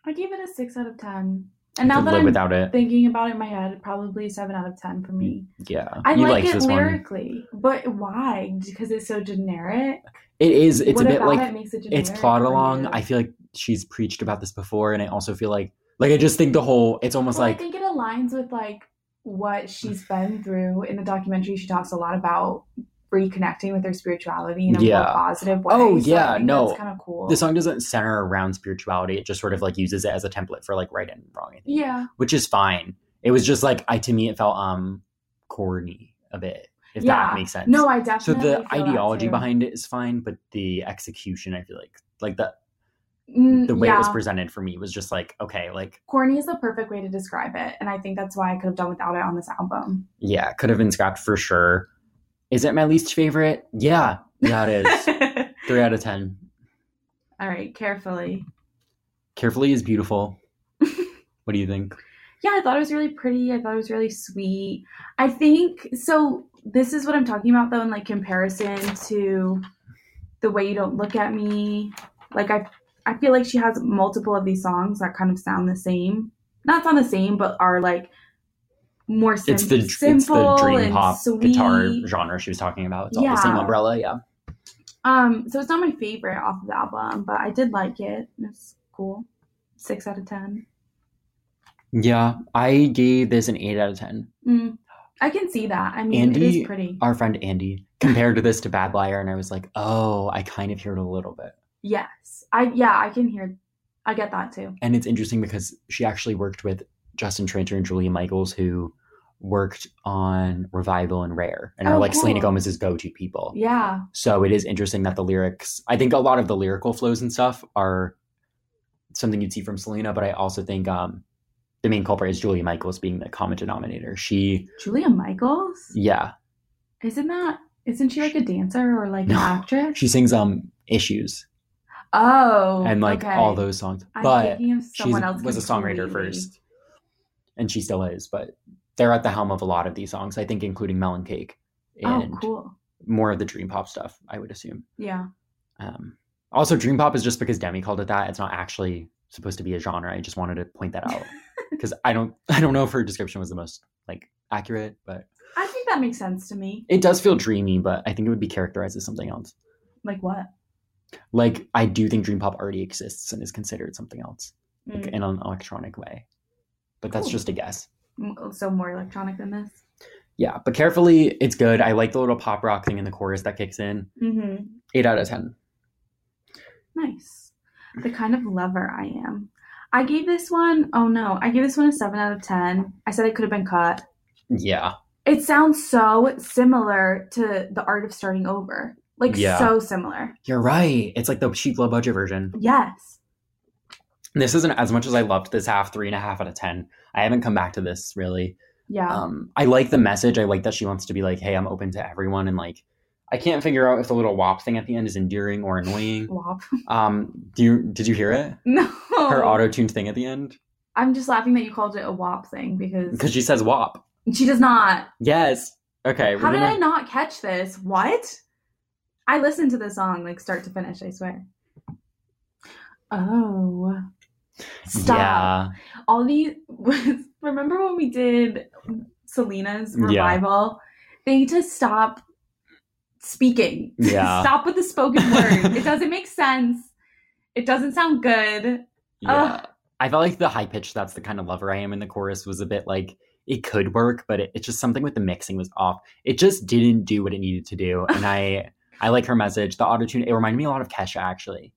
Speaker 2: I gave it a six out of ten. And
Speaker 1: I
Speaker 2: now
Speaker 1: could
Speaker 2: that
Speaker 1: live
Speaker 2: I'm
Speaker 1: without it.
Speaker 2: thinking about it in my head, probably seven out of ten for me.
Speaker 1: yeah.
Speaker 2: I
Speaker 1: you
Speaker 2: like
Speaker 1: liked
Speaker 2: it
Speaker 1: this one.
Speaker 2: lyrically, but why? Because it's so generic.
Speaker 1: It is. It's
Speaker 2: what
Speaker 1: a bit
Speaker 2: about
Speaker 1: like
Speaker 2: it makes it generic?
Speaker 1: it's plot
Speaker 2: for
Speaker 1: along.
Speaker 2: you?
Speaker 1: I feel like she's preached about this before, and I also feel like like I just think the whole. It's almost
Speaker 2: Well, I
Speaker 1: like
Speaker 2: think it aligns with like what she's been through in the documentary. She talks a lot about reconnecting with her spirituality in a
Speaker 1: Yeah.
Speaker 2: more positive way.
Speaker 1: Oh,
Speaker 2: So I
Speaker 1: yeah,
Speaker 2: think
Speaker 1: no.
Speaker 2: that's kind of cool.
Speaker 1: the song doesn't center around spirituality. It just sort of like uses it as a template for like right and wrong, I think,
Speaker 2: yeah,
Speaker 1: which is fine. It was just like I to me it felt um corny a bit, if
Speaker 2: yeah.
Speaker 1: that makes sense.
Speaker 2: No, I
Speaker 1: so
Speaker 2: definitely.
Speaker 1: the
Speaker 2: feel that
Speaker 1: ideology
Speaker 2: too.
Speaker 1: behind it is fine, but the execution, I feel like like the
Speaker 2: Mm,
Speaker 1: the way it was
Speaker 2: yeah.
Speaker 1: presented for me was just like okay, like
Speaker 2: corny is the perfect way to describe it, and I think that's why I could have done without it on this album.
Speaker 1: yeah, could have been scrapped for sure. Is it my least favorite? Yeah, yeah, it is. Three out of ten.
Speaker 2: All right, carefully.
Speaker 1: Carefully is beautiful. what do you think?
Speaker 2: yeah, I thought it was really pretty. I thought it was really sweet. I think so. This is what I'm talking about, though, in like comparison to the way you don't look at me. Like I, I feel like she has multiple of these songs that kind of sound the same. Not sound the same, but are like more sim-
Speaker 1: It's the
Speaker 2: simple
Speaker 1: it's the dream
Speaker 2: and
Speaker 1: pop
Speaker 2: sweet.
Speaker 1: guitar genre she was talking about. It's all the same
Speaker 2: Yeah.
Speaker 1: umbrella, yeah.
Speaker 2: Um, so it's not my favorite off of the album, but I did like it. It's cool. Six out of ten.
Speaker 1: Yeah, I gave this an eight out of ten.
Speaker 2: Mm. I can see that. I mean, it
Speaker 1: Andy,
Speaker 2: is pretty.
Speaker 1: Our friend Andy compared this to Bad Liar, and I was like, oh, I kind of hear it a little bit.
Speaker 2: Yes. I yeah, I can hear I get that too.
Speaker 1: And it's interesting because she actually worked with Justin Tranter and Julia Michaels, who worked on Revival and Rare, and are
Speaker 2: Oh,
Speaker 1: like Selena
Speaker 2: cool.
Speaker 1: Gomez's go-to people.
Speaker 2: Yeah.
Speaker 1: So it is interesting that the lyrics, I think a lot of the lyrical flows and stuff are something you'd see from Selena, but I also think um, the main culprit is Julia Michaels being the common denominator. She,
Speaker 2: Julia Michaels?
Speaker 1: yeah,
Speaker 2: Isn't that isn't she like a dancer or like
Speaker 1: No.
Speaker 2: an actress?
Speaker 1: she sings um issues
Speaker 2: oh.
Speaker 1: and like
Speaker 2: okay.
Speaker 1: all those songs,
Speaker 2: I'm
Speaker 1: but
Speaker 2: thinking of
Speaker 1: she
Speaker 2: someone else
Speaker 1: was a songwriter
Speaker 2: completely.
Speaker 1: first, and she still is. But they're at the helm of a lot of these songs, I think, including Melon Cake
Speaker 2: Oh,
Speaker 1: and
Speaker 2: cool.
Speaker 1: more of the dream pop stuff. I would assume.
Speaker 2: Yeah.
Speaker 1: Um, also, dream pop is just because Demi called it that. It's not actually supposed to be a genre. I just wanted to point that out because I don't, I don't know if her description was the most like accurate, but
Speaker 2: I think that makes sense to me.
Speaker 1: it does feel dreamy. But I think it would be characterized as something else.
Speaker 2: Like what?
Speaker 1: Like I do think dream pop already exists and is considered something else like,
Speaker 2: Mm.
Speaker 1: in an electronic way, but that's
Speaker 2: Cool.
Speaker 1: just a guess.
Speaker 2: M- So more electronic than this.
Speaker 1: Yeah, but carefully, it's good. I like the little pop rock thing in the chorus that kicks in.
Speaker 2: Mm-hmm.
Speaker 1: Eight out of ten.
Speaker 2: Nice. The kind of lover I am. I gave this one, oh no, I gave this one a 7 out of 10. I said it could have been cut.
Speaker 1: Yeah,
Speaker 2: It sounds so similar to the art of starting over. Like
Speaker 1: Yeah.
Speaker 2: so similar.
Speaker 1: you're right. It's like the cheap, low budget version.
Speaker 2: Yes.
Speaker 1: this isn't as much as I loved this half, three and a half out of ten. I haven't come back to this really.
Speaker 2: Yeah.
Speaker 1: Um, I like the message. I like that she wants to be like, hey, I'm open to everyone, and like, I can't figure out if the little wop thing at the end is endearing or annoying.
Speaker 2: Wop.
Speaker 1: Um, do you did you hear it?
Speaker 2: No.
Speaker 1: Her auto tuned thing at the end
Speaker 2: I'm just laughing that you called it a wop thing because
Speaker 1: because she says wop.
Speaker 2: she does not.
Speaker 1: Yes. Okay.
Speaker 2: How
Speaker 1: we're
Speaker 2: did
Speaker 1: gonna-
Speaker 2: I not catch this? What? I listened to the song like start to finish, I swear. Oh. Stop.
Speaker 1: Yeah.
Speaker 2: all these remember when we did Selena's
Speaker 1: Yeah.
Speaker 2: revival? They need to stop speaking.
Speaker 1: Yeah.
Speaker 2: stop with the spoken word. it doesn't make sense. It doesn't sound good.
Speaker 1: Yeah.
Speaker 2: Ugh.
Speaker 1: I felt like the high pitch, that's the kind of lover I am in the chorus was a bit like it could work, but it, it's just something with the mixing was off. It just didn't do what it needed to do. And I I like her message. The autotune, it reminded me a lot of Kesha actually.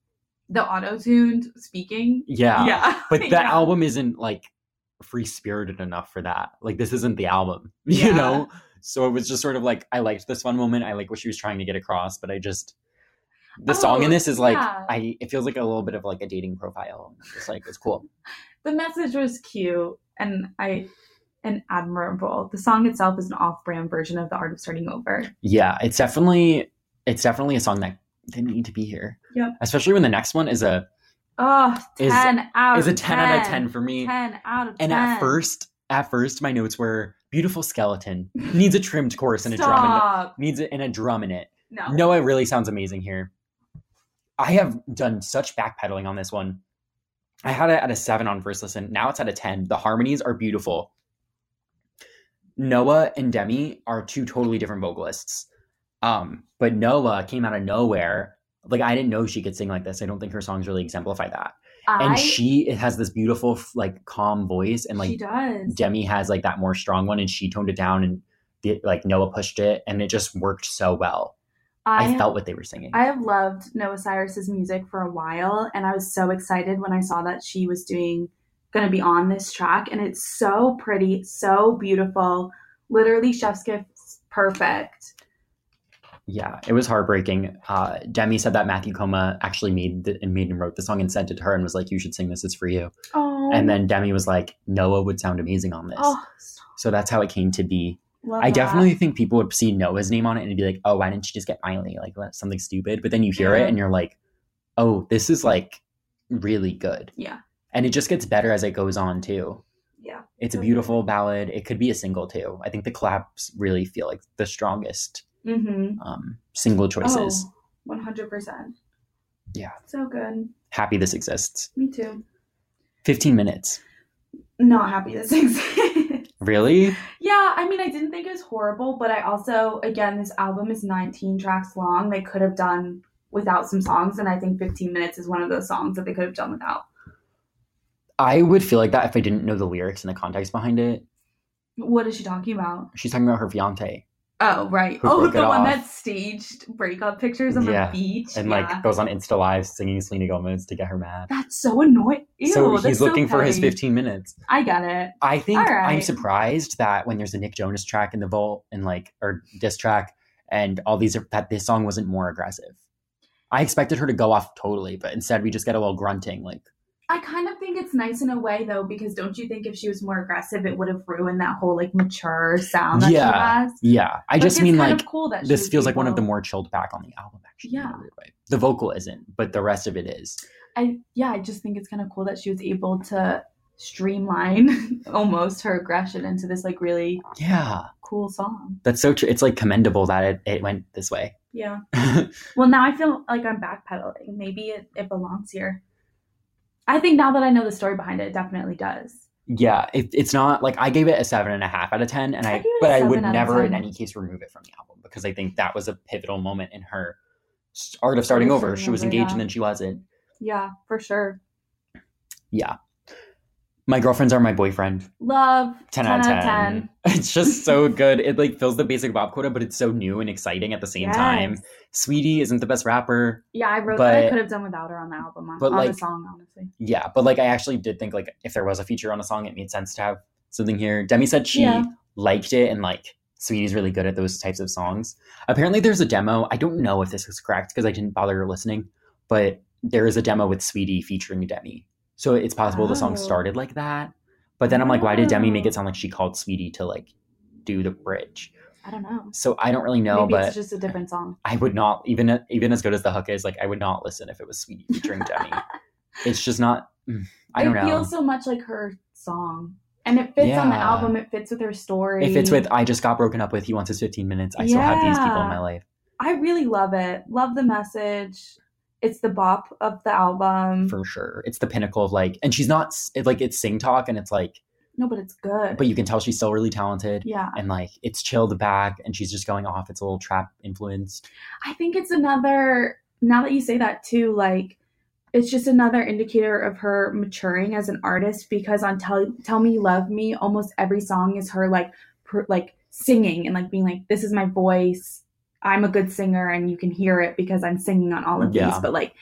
Speaker 2: The auto-tuned speaking.
Speaker 1: Yeah. But that
Speaker 2: Yeah.
Speaker 1: album isn't like free spirited enough for that. Like this isn't the album, you
Speaker 2: Yeah.
Speaker 1: know? So it was just sort of like I liked this one moment. I like what she was trying to get across, but I just the song
Speaker 2: Oh,
Speaker 1: in this is like
Speaker 2: yeah.
Speaker 1: I it feels like a little bit of like a dating profile. It's like it's cool.
Speaker 2: the message was cute and I and admirable. The song itself is an off-brand version of "The Art of Starting Over."
Speaker 1: Yeah, it's definitely it's definitely a song that didn't need to be here.
Speaker 2: Yep.
Speaker 1: Especially when the next one is a
Speaker 2: Oh,
Speaker 1: Is-
Speaker 2: 10 out
Speaker 1: is a
Speaker 2: of
Speaker 1: ten, out of ten for me.
Speaker 2: 10 out of
Speaker 1: And
Speaker 2: 10.
Speaker 1: at first, at first, my notes were beautiful skeleton needs a trimmed chorus and a drum in it.
Speaker 2: Stop.
Speaker 1: Needs it and a drum in it.
Speaker 2: No.
Speaker 1: Noah really sounds amazing here. I have done such backpedaling on this one. I had it at a seven on first listen. Now it's at a ten. The harmonies are beautiful. Noah and Demi are two totally different vocalists. Um, but Noah came out of nowhere. Like I didn't know she could sing like this. I don't think her songs really exemplify that. And
Speaker 2: I,
Speaker 1: she it has this beautiful, like calm voice, and
Speaker 2: she
Speaker 1: like
Speaker 2: does.
Speaker 1: Demi has like that more strong one, and she toned it down, and the, like Noah pushed it, and it just worked so well. I,
Speaker 2: have-
Speaker 1: felt what they were singing.
Speaker 2: I have loved Noah Cyrus's music for a while, and I was so excited when I saw that she was doing going to be on this track, and it's so pretty, so beautiful, literally chef's gift, perfect.
Speaker 1: yeah, it was heartbreaking. Uh, Demi said that Matthew Coma actually made the, and made and wrote the song and sent it to her and was like, "You should sing this. It's for you."
Speaker 2: Oh,
Speaker 1: And then Demi was like, "Noah would sound amazing on this."
Speaker 2: oh,
Speaker 1: So that's how it came to be.
Speaker 2: love
Speaker 1: I
Speaker 2: that.
Speaker 1: definitely think people would see Noah's name on it and be like, "Oh, why didn't you just get Miley?" Like what- something stupid. But then you hear
Speaker 2: Yeah.
Speaker 1: it and you're like, "Oh, this is like really good."
Speaker 2: Yeah.
Speaker 1: And it just gets better as it goes on too.
Speaker 2: yeah.
Speaker 1: It's a
Speaker 2: Okay.
Speaker 1: beautiful ballad. It could be a single too. I think the collabs really feel like the strongest
Speaker 2: Mm-hmm.
Speaker 1: um, single choices.
Speaker 2: Oh, one hundred percent.
Speaker 1: Yeah.
Speaker 2: So good.
Speaker 1: happy this exists.
Speaker 2: Me too.
Speaker 1: 15 minutes.
Speaker 2: Not happy this exists.
Speaker 1: Really?
Speaker 2: Yeah, I mean, I didn't think it was horrible, but I also, again, this album is 19 tracks long. They could have done without some songs, and I think 15 minutes is one of those songs that they could have done without.
Speaker 1: I would feel like that if I didn't know the lyrics and the context behind it.
Speaker 2: What is she talking about?
Speaker 1: She's talking about her fiance
Speaker 2: Oh, right.
Speaker 1: Who
Speaker 2: oh,
Speaker 1: broke
Speaker 2: the
Speaker 1: it
Speaker 2: one
Speaker 1: off.
Speaker 2: that staged breakup pictures on
Speaker 1: Yeah,
Speaker 2: the beach.
Speaker 1: and
Speaker 2: Yeah.
Speaker 1: like goes on Insta Live singing Selena Gomez to get her mad.
Speaker 2: that's so annoying. Ew,
Speaker 1: so
Speaker 2: that's
Speaker 1: he's looking for his
Speaker 2: petty.
Speaker 1: 15 minutes.
Speaker 2: I get it.
Speaker 1: I think
Speaker 2: All right.
Speaker 1: I'm surprised that when there's a Nick Jonas track in the vault and like or diss track and all these are, that this song wasn't more aggressive. I expected her to go off totally, but instead we just get a little grunting like
Speaker 2: I kind of think it's nice in a way, though, because don't you think if she was more aggressive, it would have ruined that whole like mature sound that
Speaker 1: Yeah.
Speaker 2: she has?
Speaker 1: yeah. I
Speaker 2: Like,
Speaker 1: just
Speaker 2: it's
Speaker 1: mean
Speaker 2: kind
Speaker 1: like
Speaker 2: of cool that she
Speaker 1: this
Speaker 2: was
Speaker 1: feels like one of the
Speaker 2: able-
Speaker 1: more chilled back on the album actually in a
Speaker 2: Yeah.
Speaker 1: weird way. the vocal isn't but the rest of it is
Speaker 2: I yeah, I just think it's kind of cool that she was able to streamline almost her aggression into this like really
Speaker 1: yeah
Speaker 2: cool song.
Speaker 1: that's so true it's like commendable that it, it went this way
Speaker 2: Yeah. Well, now I feel like I'm backpedaling. Maybe it, it belongs here. I think now that I know the story behind it, it definitely does.
Speaker 1: yeah it, it's not like i gave it a seven and a half out of ten and
Speaker 2: I
Speaker 1: i,
Speaker 2: gave it a
Speaker 1: but i would
Speaker 2: seven out of
Speaker 1: never in
Speaker 2: 10.
Speaker 1: any case remove it from the album because i think that was a pivotal moment in her s- art of starting over she was
Speaker 2: Over,
Speaker 1: engaged
Speaker 2: yeah.
Speaker 1: and then she wasn't
Speaker 2: Yeah, for sure.
Speaker 1: my girlfriends are my boyfriend
Speaker 2: Love
Speaker 1: 10, out of 10. it's just so good it like fills the basic bob quota but it's so new and exciting at the same
Speaker 2: Yes.
Speaker 1: time sweetie isn't the best rapper
Speaker 2: Yeah, I wrote that I
Speaker 1: But-
Speaker 2: could have done without her on the album on,
Speaker 1: but,
Speaker 2: on the
Speaker 1: like-
Speaker 2: song, honestly.
Speaker 1: Yeah, but like I actually did think like if there was a feature on a song, it made sense to have something here. Demi said she
Speaker 2: Yeah.
Speaker 1: liked it and like Sweetie's really good at those types of songs. Apparently there's a demo. I don't know if this is correct because I didn't bother listening, but there is a demo with Sweetie featuring Demi. So it's possible the
Speaker 2: Oh.
Speaker 1: song started like that. But then I'm like, why did Demi make
Speaker 2: Wow.
Speaker 1: it sound like she called Sweetie to like do the bridge?
Speaker 2: I don't know.
Speaker 1: So I don't really know,
Speaker 2: Maybe
Speaker 1: but
Speaker 2: it's just a different song.
Speaker 1: I would not even even as good as the hook is, like I would not listen if it was Sweetie featuring Demi. It's just not mm, I don't
Speaker 2: it
Speaker 1: know.
Speaker 2: feels so much like her song. And it fits on the
Speaker 1: Yeah.
Speaker 2: album, it fits with her story.
Speaker 1: If it's with I just got broken up with, he wants his 15 minutes. I still have these people in my
Speaker 2: Yeah.
Speaker 1: life.
Speaker 2: I really love it. Love the message. It's the bop of the album.
Speaker 1: For sure. It's the pinnacle of like, and she's not s- it, like it's sing talk and it's like,
Speaker 2: no, but it's good.
Speaker 1: but you can tell she's still really talented
Speaker 2: yeah,
Speaker 1: and like it's chilled back and she's just going off. It's a little trap influenced.
Speaker 2: I think it's another. Now that you say that too, like it's just another indicator of her maturing as an artist because on Tell Tell Me You Love Me, almost every song is her like pr- like singing and like being like, "This is my voice. I'm a good singer, and you can hear it because I'm singing on all of
Speaker 1: Yeah.
Speaker 2: these." But like.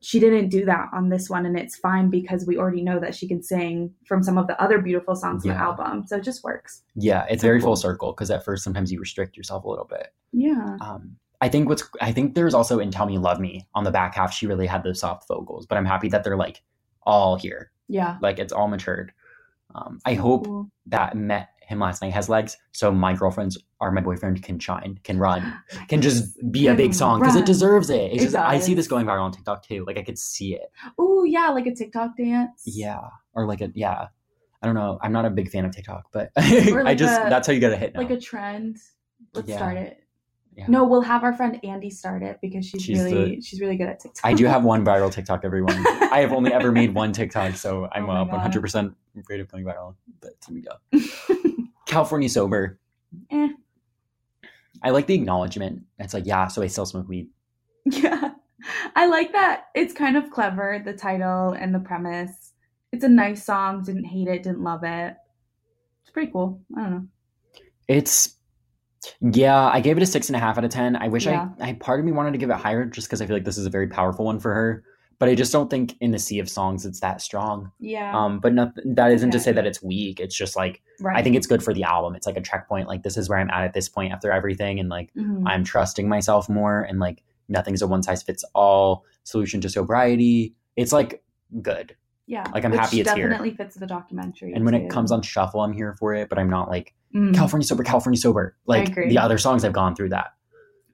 Speaker 2: she didn't do that on this one and it's fine because we already know that she can sing from some of the other beautiful songs on the
Speaker 1: Yeah.
Speaker 2: album so it just works
Speaker 1: Yeah, it's
Speaker 2: So
Speaker 1: very
Speaker 2: cool.
Speaker 1: full circle because at first sometimes you restrict yourself a little bit.
Speaker 2: yeah
Speaker 1: Um, I think what's I think there's also in Tell Me You Love Me on the back half she really had those soft vocals, but I'm happy that they're like all here,
Speaker 2: yeah
Speaker 1: like it's all matured. Um, I hope
Speaker 2: Cool.
Speaker 1: that met him last night has legs, so my girlfriends or my boyfriend can shine, can run, can just be a
Speaker 2: Can
Speaker 1: big song because
Speaker 2: run.
Speaker 1: it deserves it. It's
Speaker 2: It
Speaker 1: just I see
Speaker 2: does.
Speaker 1: this going viral on TikTok too. Like I could see it.
Speaker 2: oh yeah like a tiktok dance
Speaker 1: Yeah, or like a yeah. I don't know. I'm not a big fan of TikTok, but I
Speaker 2: like
Speaker 1: just
Speaker 2: a-
Speaker 1: that's how you get a hit now.
Speaker 2: like a trend let's
Speaker 1: Yeah.
Speaker 2: start it
Speaker 1: Yeah.
Speaker 2: no we'll have our friend andy start it because she's,
Speaker 1: She's
Speaker 2: really she's really good at tiktok
Speaker 1: I do have one viral TikTok, everyone. I have only ever made one TikTok, so I'm
Speaker 2: Oh my
Speaker 1: uh,
Speaker 2: God.
Speaker 1: 100% afraid of going viral. But here we go. California sober.
Speaker 2: Eh.
Speaker 1: I like the acknowledgement. It's like, yeah, so I still smoke weed.
Speaker 2: yeah i like that it's kind of clever the title and the premise it's a nice song didn't hate it didn't love it it's pretty cool i don't know
Speaker 1: It's, yeah, I gave it a six and a half out of 10. I wish
Speaker 2: Yeah.
Speaker 1: I, I, part of me wanted to give it higher just because I feel like this is a very powerful one for her. But I just don't think in the sea of songs it's that strong.
Speaker 2: yeah
Speaker 1: Um, but not, that isn't to
Speaker 2: Okay.
Speaker 1: say that it's weak. It's just like,
Speaker 2: right
Speaker 1: I think it's good for the album. It's like a checkpoint. Like, this is where I'm at at this point after everything. And like,
Speaker 2: Mhm.
Speaker 1: I'm trusting myself more and like nothing's a one size fits all solution to sobriety. It's like good.
Speaker 2: yeah
Speaker 1: like, I'm
Speaker 2: which
Speaker 1: happy it's here.
Speaker 2: definitely fits the documentary
Speaker 1: And when
Speaker 2: too.
Speaker 1: it comes on shuffle, I'm here for it, but I'm not like
Speaker 2: Mm.
Speaker 1: California sober, California sober. Like
Speaker 2: agree.
Speaker 1: the other songs I've gone through that.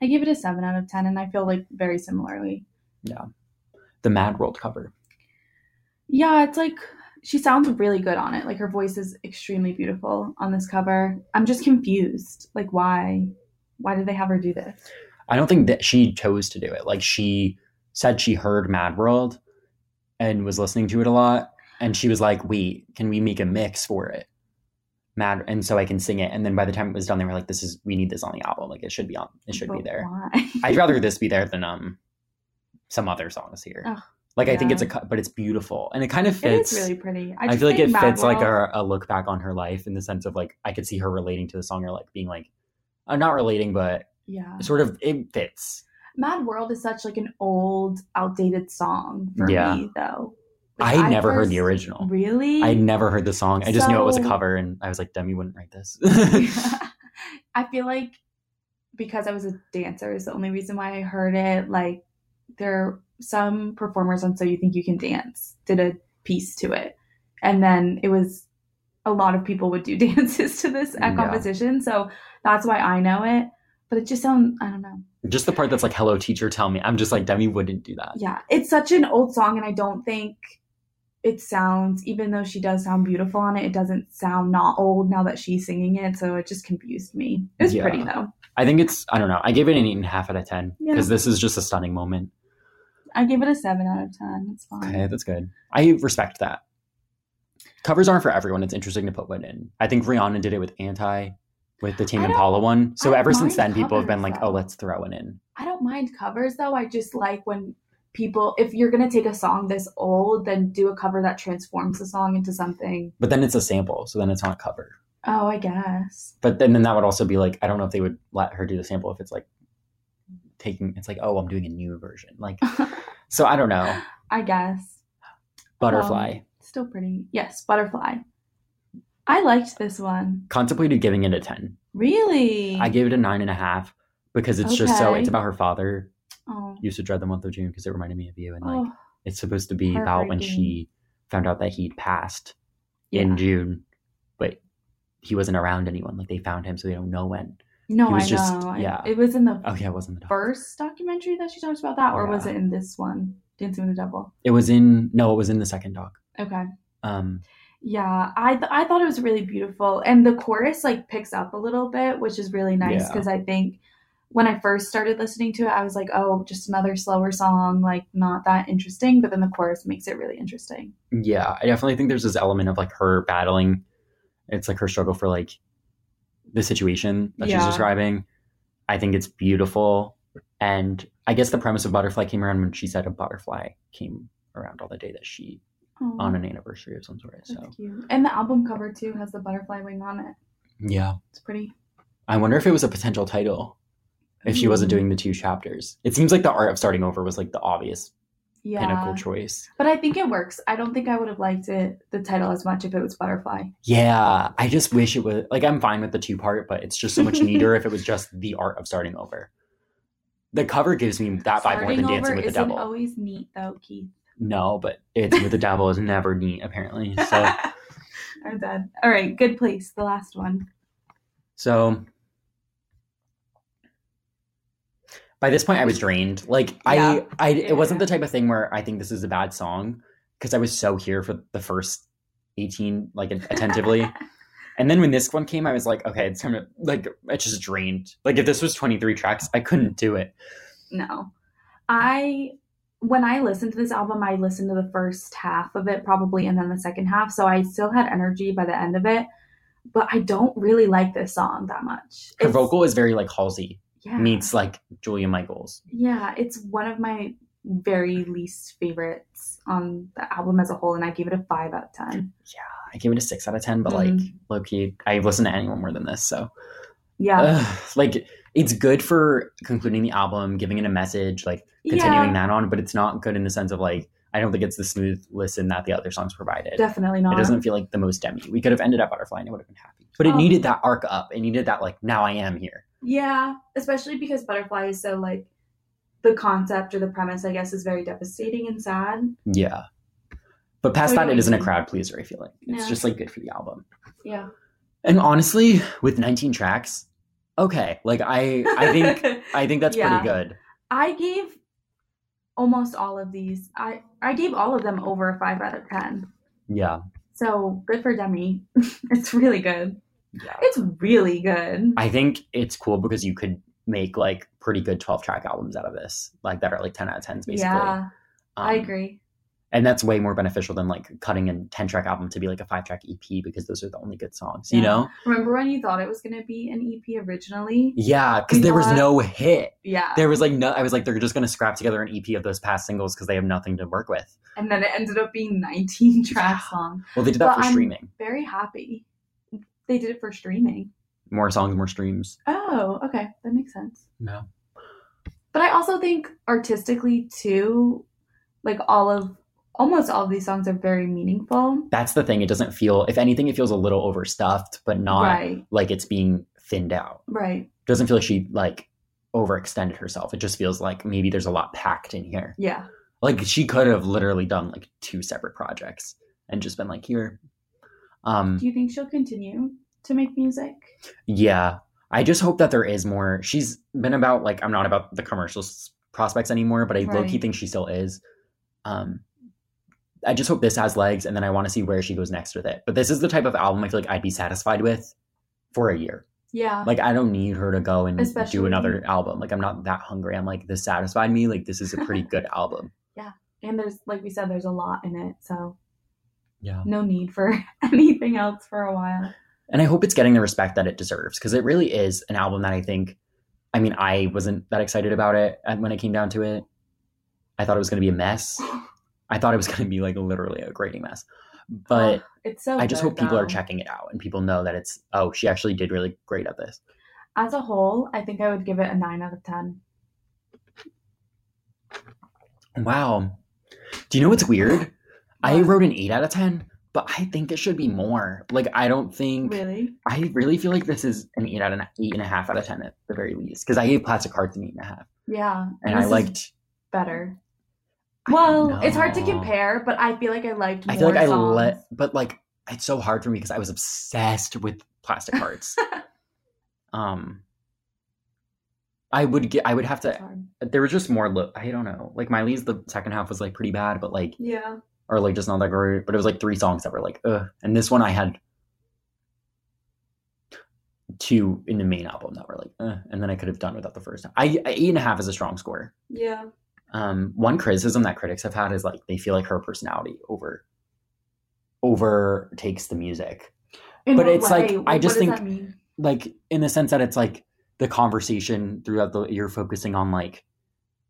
Speaker 2: i give it a 7 out of 10 and i feel like very similarly
Speaker 1: The Mad World cover.
Speaker 2: yeah it's like she sounds really good on it like her voice is extremely beautiful on this cover i'm just confused like why why did they have her do this
Speaker 1: I don't think that she chose to do it. Like she said she heard Mad World and was listening to it a lot and she was like, "Wait, can we make a mix for it?" Mad and so I can sing it. And then by the time it was done, they were like, "This is we need this on the album. Like it should be on. It should be
Speaker 2: But
Speaker 1: there."
Speaker 2: why?
Speaker 1: I'd rather this be there than um some other songs here.
Speaker 2: Ugh,
Speaker 1: like I think
Speaker 2: yeah.
Speaker 1: it's a cut, but it's beautiful and it kind of
Speaker 2: It
Speaker 1: fits.
Speaker 2: is really pretty.
Speaker 1: I,
Speaker 2: just
Speaker 1: feel like
Speaker 2: think
Speaker 1: it
Speaker 2: Mad
Speaker 1: fits like
Speaker 2: World-
Speaker 1: a, a look back on her life in the sense of like I could see her relating to the song or like being like, I'm not relating, but
Speaker 2: yeah.
Speaker 1: sort of it fits.
Speaker 2: Mad World is such like an old, outdated song for
Speaker 1: Yeah.
Speaker 2: me though.
Speaker 1: I,
Speaker 2: Like,
Speaker 1: never heard
Speaker 2: first-
Speaker 1: the original.
Speaker 2: Really?
Speaker 1: I never heard the song. I just knew it was a
Speaker 2: So-
Speaker 1: cover, and I was like, Demi wouldn't write this.
Speaker 2: I feel like because I was a dancer is the only reason why I heard it. Like there some performers on So You Think You Can Dance did a piece to it. And then it was a lot of people would do dances to this at
Speaker 1: Yeah.
Speaker 2: composition. So that's why I know it. But it just sounds I don't know.
Speaker 1: just the part that's like, "Hello, teacher, tell me." I'm just like, Demi wouldn't do that.
Speaker 2: yeah it's such an old song and i don't think it sounds even though she does sound beautiful on it it doesn't sound not old now that she's singing it so it just confused me it was
Speaker 1: Yeah.
Speaker 2: pretty though
Speaker 1: I think it's. I don't know. I gave it an eight and a half out of ten
Speaker 2: Yeah.
Speaker 1: because this is just a stunning moment.
Speaker 2: i gave it a 7 out of 10 it's fine
Speaker 1: Okay, that's good. I respect that. Covers aren't for everyone. It's interesting to put one in. I think Rihanna did it with Anti, with the Tame
Speaker 2: I don't-
Speaker 1: Impala one. So
Speaker 2: I don't
Speaker 1: ever since then,
Speaker 2: mind
Speaker 1: people have been
Speaker 2: covers,
Speaker 1: like,
Speaker 2: though.
Speaker 1: "Oh, let's throw it in."
Speaker 2: i don't mind covers though i just like when people if you're gonna take a song this old then do a cover that transforms the song into something
Speaker 1: But then it's a sample, so then it's not a cover.
Speaker 2: oh i guess
Speaker 1: But then, then that would also be like, I don't know if they would let her do the sample if it's like taking. It's like, oh, I'm doing a new version. Like, so I don't know.
Speaker 2: i guess
Speaker 1: Butterfly
Speaker 2: Um, still pretty yes butterfly i liked this one
Speaker 1: contemplated giving it a ten.
Speaker 2: really
Speaker 1: I gave it a nine and a half because it's just so.
Speaker 2: Okay.
Speaker 1: It's about her father.
Speaker 2: oh.
Speaker 1: Used to dread the month of June because it reminded me of you and like.
Speaker 2: Oh.
Speaker 1: it's supposed to be about when
Speaker 2: Heartbreaking.
Speaker 1: she found out that he'd passed
Speaker 2: Yeah.
Speaker 1: in June, but he wasn't around anyone. Like they found him, so they don't know when.
Speaker 2: No,
Speaker 1: He was
Speaker 2: I
Speaker 1: just-
Speaker 2: know. I-
Speaker 1: yeah.
Speaker 2: It was in the
Speaker 1: Okay, it wasn't the dog.
Speaker 2: first documentary that she talked about that, or was
Speaker 1: Yeah.
Speaker 2: it in this one, Dancing with the Devil?
Speaker 1: It was in no, it was in the second dog.
Speaker 2: Okay.
Speaker 1: Um,
Speaker 2: Yeah, I th- I thought it was really beautiful, and the chorus like picks up a little bit, which is really nice
Speaker 1: Yeah.
Speaker 2: because I think when I first started listening to it, I was like, oh, just another slower song, like not that interesting. But then the chorus makes it really interesting.
Speaker 1: yeah, I definitely think there's this element of like her battling. It's like her struggle for like the situation that she's
Speaker 2: Yeah.
Speaker 1: describing. I think it's beautiful, and I guess the premise of butterfly came around when she said a butterfly came around on the day that she
Speaker 2: Oh,
Speaker 1: on an anniversary of some sort.
Speaker 2: that's
Speaker 1: So
Speaker 2: cute. And the album cover too has the butterfly wing on it.
Speaker 1: yeah.
Speaker 2: It's pretty.
Speaker 1: I wonder if it was a potential
Speaker 2: Hmm.
Speaker 1: title if she wasn't doing the two chapters. It seems like the art of starting over was like the obvious
Speaker 2: yeah.
Speaker 1: pinnacle choice.
Speaker 2: But I think it works. I don't think I would have liked it the title as much if it was Butterfly.
Speaker 1: Yeah, I just wish it was like I'm fine with the two part, but it's just so much neater if it was just the art of starting over. The cover gives me that vibe more
Speaker 2: Starting
Speaker 1: than
Speaker 2: over
Speaker 1: Dancing with the
Speaker 2: isn't
Speaker 1: Devil.
Speaker 2: always neat though, Keith.
Speaker 1: no, but Dancing with the Devil is never neat apparently. So
Speaker 2: I'm done. All right, good place. The last one.
Speaker 1: So by this point, I was drained. Like
Speaker 2: Yeah.
Speaker 1: I, I,
Speaker 2: Yeah,
Speaker 1: it wasn't
Speaker 2: yeah.
Speaker 1: the type of thing where I think this is a bad song because I was so here for the first eighteen, like attentively. and then when this one came, I was like, okay, it's time to like. I just drained. Like if this was twenty three tracks, I couldn't do it.
Speaker 2: No. I when I listened to this album, I listened to the first half of it probably and then the second half, so I still had energy by the end of it. But I don't really like this song that much.
Speaker 1: Her
Speaker 2: It's-
Speaker 1: vocal is very like Halsey
Speaker 2: yeah.
Speaker 1: meets like Julia Michaels.
Speaker 2: Yeah, it's one of my very least favorites on the album as a whole, and I gave it a five out of ten.
Speaker 1: I gave it a six out of ten, but like
Speaker 2: Mhm.
Speaker 1: low key, I listened to anyone more than this. So
Speaker 2: Yeah.
Speaker 1: Ugh, like it's good for concluding the album, giving it a message, like continuing
Speaker 2: yeah,
Speaker 1: that on, but it's not good in the sense of like I don't think it's the smooth listen that the other songs provided.
Speaker 2: definitely not.
Speaker 1: It doesn't feel like the most demi. We could have ended at Butterfly and it would have been happy. But it
Speaker 2: Oh.
Speaker 1: needed that arc up. It needed that like now I am here.
Speaker 2: Yeah, especially because Butterfly is so like the concept or the premise, I guess, is very devastating and sad.
Speaker 1: Yeah. But past that, it
Speaker 2: Totally.
Speaker 1: isn't a crowd pleaser, I feel like. It's
Speaker 2: No.
Speaker 1: just like good for the album.
Speaker 2: Yeah.
Speaker 1: And honestly, with 19 tracks, okay. Like I I think I think that's
Speaker 2: Yeah.
Speaker 1: pretty good.
Speaker 2: I gave almost all of these. I I gave all of them over a five out of ten.
Speaker 1: Yeah.
Speaker 2: So good for Demi. it's really good.
Speaker 1: Yeah.
Speaker 2: It's really good.
Speaker 1: I think it's cool because you could make like pretty good 12 track albums out of this, like that are like 10 out of 10s basically.
Speaker 2: yeah, I
Speaker 1: Um,
Speaker 2: agree.
Speaker 1: And that's way more beneficial than like cutting a 10 track album to be like a five track EP because those are the only good songs, you
Speaker 2: Yeah.
Speaker 1: know?
Speaker 2: Remember when you thought it was gonna be an EP originally?
Speaker 1: Yeah, because
Speaker 2: We
Speaker 1: there was
Speaker 2: thought-
Speaker 1: no hit.
Speaker 2: Yeah,
Speaker 1: There was like no, I was like, they're just going to scrap together an EP of those past singles because they have nothing to work with.
Speaker 2: and then it ended up being 19 tracks long.
Speaker 1: Well, they did that
Speaker 2: Well,
Speaker 1: for
Speaker 2: I'm-
Speaker 1: streaming.
Speaker 2: Very happy. They did it for streaming.
Speaker 1: More songs, more streams.
Speaker 2: Oh, okay. That makes sense.
Speaker 1: No.
Speaker 2: But I also think artistically too, like all of almost all of these songs are very meaningful.
Speaker 1: That's the thing. It doesn't feel, if anything, it feels a little overstuffed, but not
Speaker 2: Right.
Speaker 1: like it's being thinned out.
Speaker 2: Right.
Speaker 1: doesn't feel like she like overextended herself. It just feels like maybe there's a lot packed in here.
Speaker 2: Yeah.
Speaker 1: Like she could have literally done like two separate projects and just been like here. Um
Speaker 2: Do you think she'll continue to make music?
Speaker 1: yeah. I just hope that there is more. She's been about like I'm not about the commercial s- prospects anymore, but I low key
Speaker 2: Right.
Speaker 1: think she still is. Um I just hope this has legs and then I want to see where she goes next with it. But this is the type of album I feel like I'd be satisfied with for a year.
Speaker 2: Yeah.
Speaker 1: like I don't need her to go and do
Speaker 2: Especially-
Speaker 1: another album. Like I'm not that hungry. I'm like this satisfied me. Like this is a pretty good album.
Speaker 2: And there's like we said, there's a lot in it, so
Speaker 1: Yeah.
Speaker 2: no need for anything else for a while.
Speaker 1: And I hope it's getting the respect that it deserves because it really is an album that I think I mean I wasn't that excited about it and when it came down to it. I thought it was going to be a mess. I thought it was going to be like literally a grating mess. But
Speaker 2: Oh, It's so
Speaker 1: I just
Speaker 2: good,
Speaker 1: hope people are
Speaker 2: though.
Speaker 1: checking it out and people know that it's oh, she actually did really great at this.
Speaker 2: As a whole, I think I would give it a nine out of ten.
Speaker 1: Wow. Do you know what's weird? I
Speaker 2: What?
Speaker 1: wrote an 8 out of 10, but I think it should be more. Like, I don't think,
Speaker 2: Really?
Speaker 1: I really feel like this is an 8 out of 8 and a half out of 10 at the very least. Because I gave Plastic Hearts an 8 and a half.
Speaker 2: Yeah.
Speaker 1: And
Speaker 2: This
Speaker 1: I
Speaker 2: is
Speaker 1: liked,
Speaker 2: better.
Speaker 1: I
Speaker 2: Well,
Speaker 1: don't
Speaker 2: it's hard to
Speaker 1: know.
Speaker 2: compare, but I feel like I liked. More
Speaker 1: I feel like I
Speaker 2: songs.
Speaker 1: let, but like, it's so hard for me because I was obsessed with Plastic Hearts. um, I would get, I would have
Speaker 2: It's
Speaker 1: to,
Speaker 2: hard.
Speaker 1: there was just more, lo- I don't know. Like, Miley's, the second half was like pretty bad, but like,
Speaker 2: Yeah.
Speaker 1: or like just not that great, but it was like three songs that were like, ugh. And this one I had two in the main album that were like, uh, and then I could have done without the first. I, I eight and a half is a strong score.
Speaker 2: Yeah.
Speaker 1: Um, one criticism that critics have had is like they feel like her personality over overtakes the music,
Speaker 2: In
Speaker 1: But
Speaker 2: what
Speaker 1: it's like,
Speaker 2: way?
Speaker 1: I
Speaker 2: What
Speaker 1: just
Speaker 2: does
Speaker 1: think-
Speaker 2: that mean?
Speaker 1: like in the sense that it's like the conversation throughout the you're focusing on like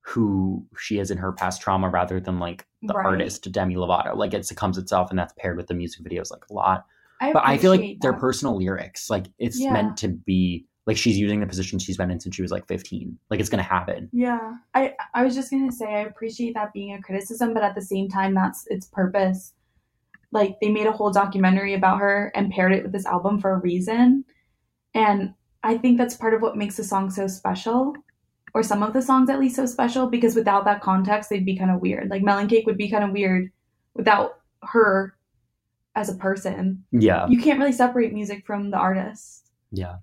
Speaker 1: who she is in her past trauma rather than like the
Speaker 2: Right.
Speaker 1: artist Demi Lovato. Like it succumbs itself, and that's paired with the music videos like a lot.
Speaker 2: I
Speaker 1: but I feel like
Speaker 2: appreciate
Speaker 1: their
Speaker 2: that.
Speaker 1: personal lyrics, like it's
Speaker 2: Yeah.
Speaker 1: meant to be Like she's using the position she's been in since she was like 15. Like it's gonna happen.
Speaker 2: Yeah. I I was just going to say I appreciate that being a criticism, but at the same time that's its purpose. Like they made a whole documentary about her and paired it with this album for a reason. And I think that's part of what makes the song so special or some of the songs at least so special because without that context they'd be kind of weird. Like Mellencake would be kind of weird without her as a person.
Speaker 1: Yeah.
Speaker 2: You can't really separate music from the artist.
Speaker 1: Yeah.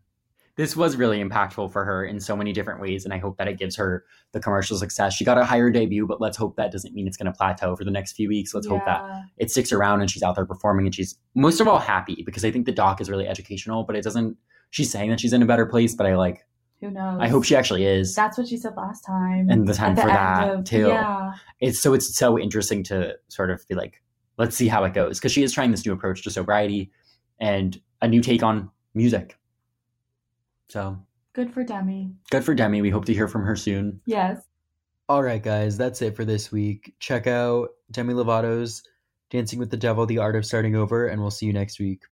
Speaker 1: This was really impactful for her in so many different ways, and I hope that it gives her the commercial success. She got a higher debut, but let's hope that doesn't mean it's going to plateau for the next few weeks. Let's hope that
Speaker 2: Yeah.
Speaker 1: it sticks around and she's out there performing and she's most of all happy because I think the doc is really educational, but it doesn't. She's saying that she's in a better place, but I like.
Speaker 2: Who knows?
Speaker 1: I hope she actually is.
Speaker 2: That's what she said last time.
Speaker 1: And the time
Speaker 2: At the
Speaker 1: for
Speaker 2: end
Speaker 1: that,
Speaker 2: of-
Speaker 1: too.
Speaker 2: Yeah.
Speaker 1: it's so it's so interesting to sort of be like let's see how it goes because she is trying this new approach to sobriety and a new take on music so
Speaker 2: Good for Demi.
Speaker 1: good for demi we hope to hear from her soon
Speaker 2: Yes.
Speaker 3: All right, guys, that's it for this week. Check out Demi Lovato's Dancing with the Devil, The Art of Starting Over, and we'll see you next week.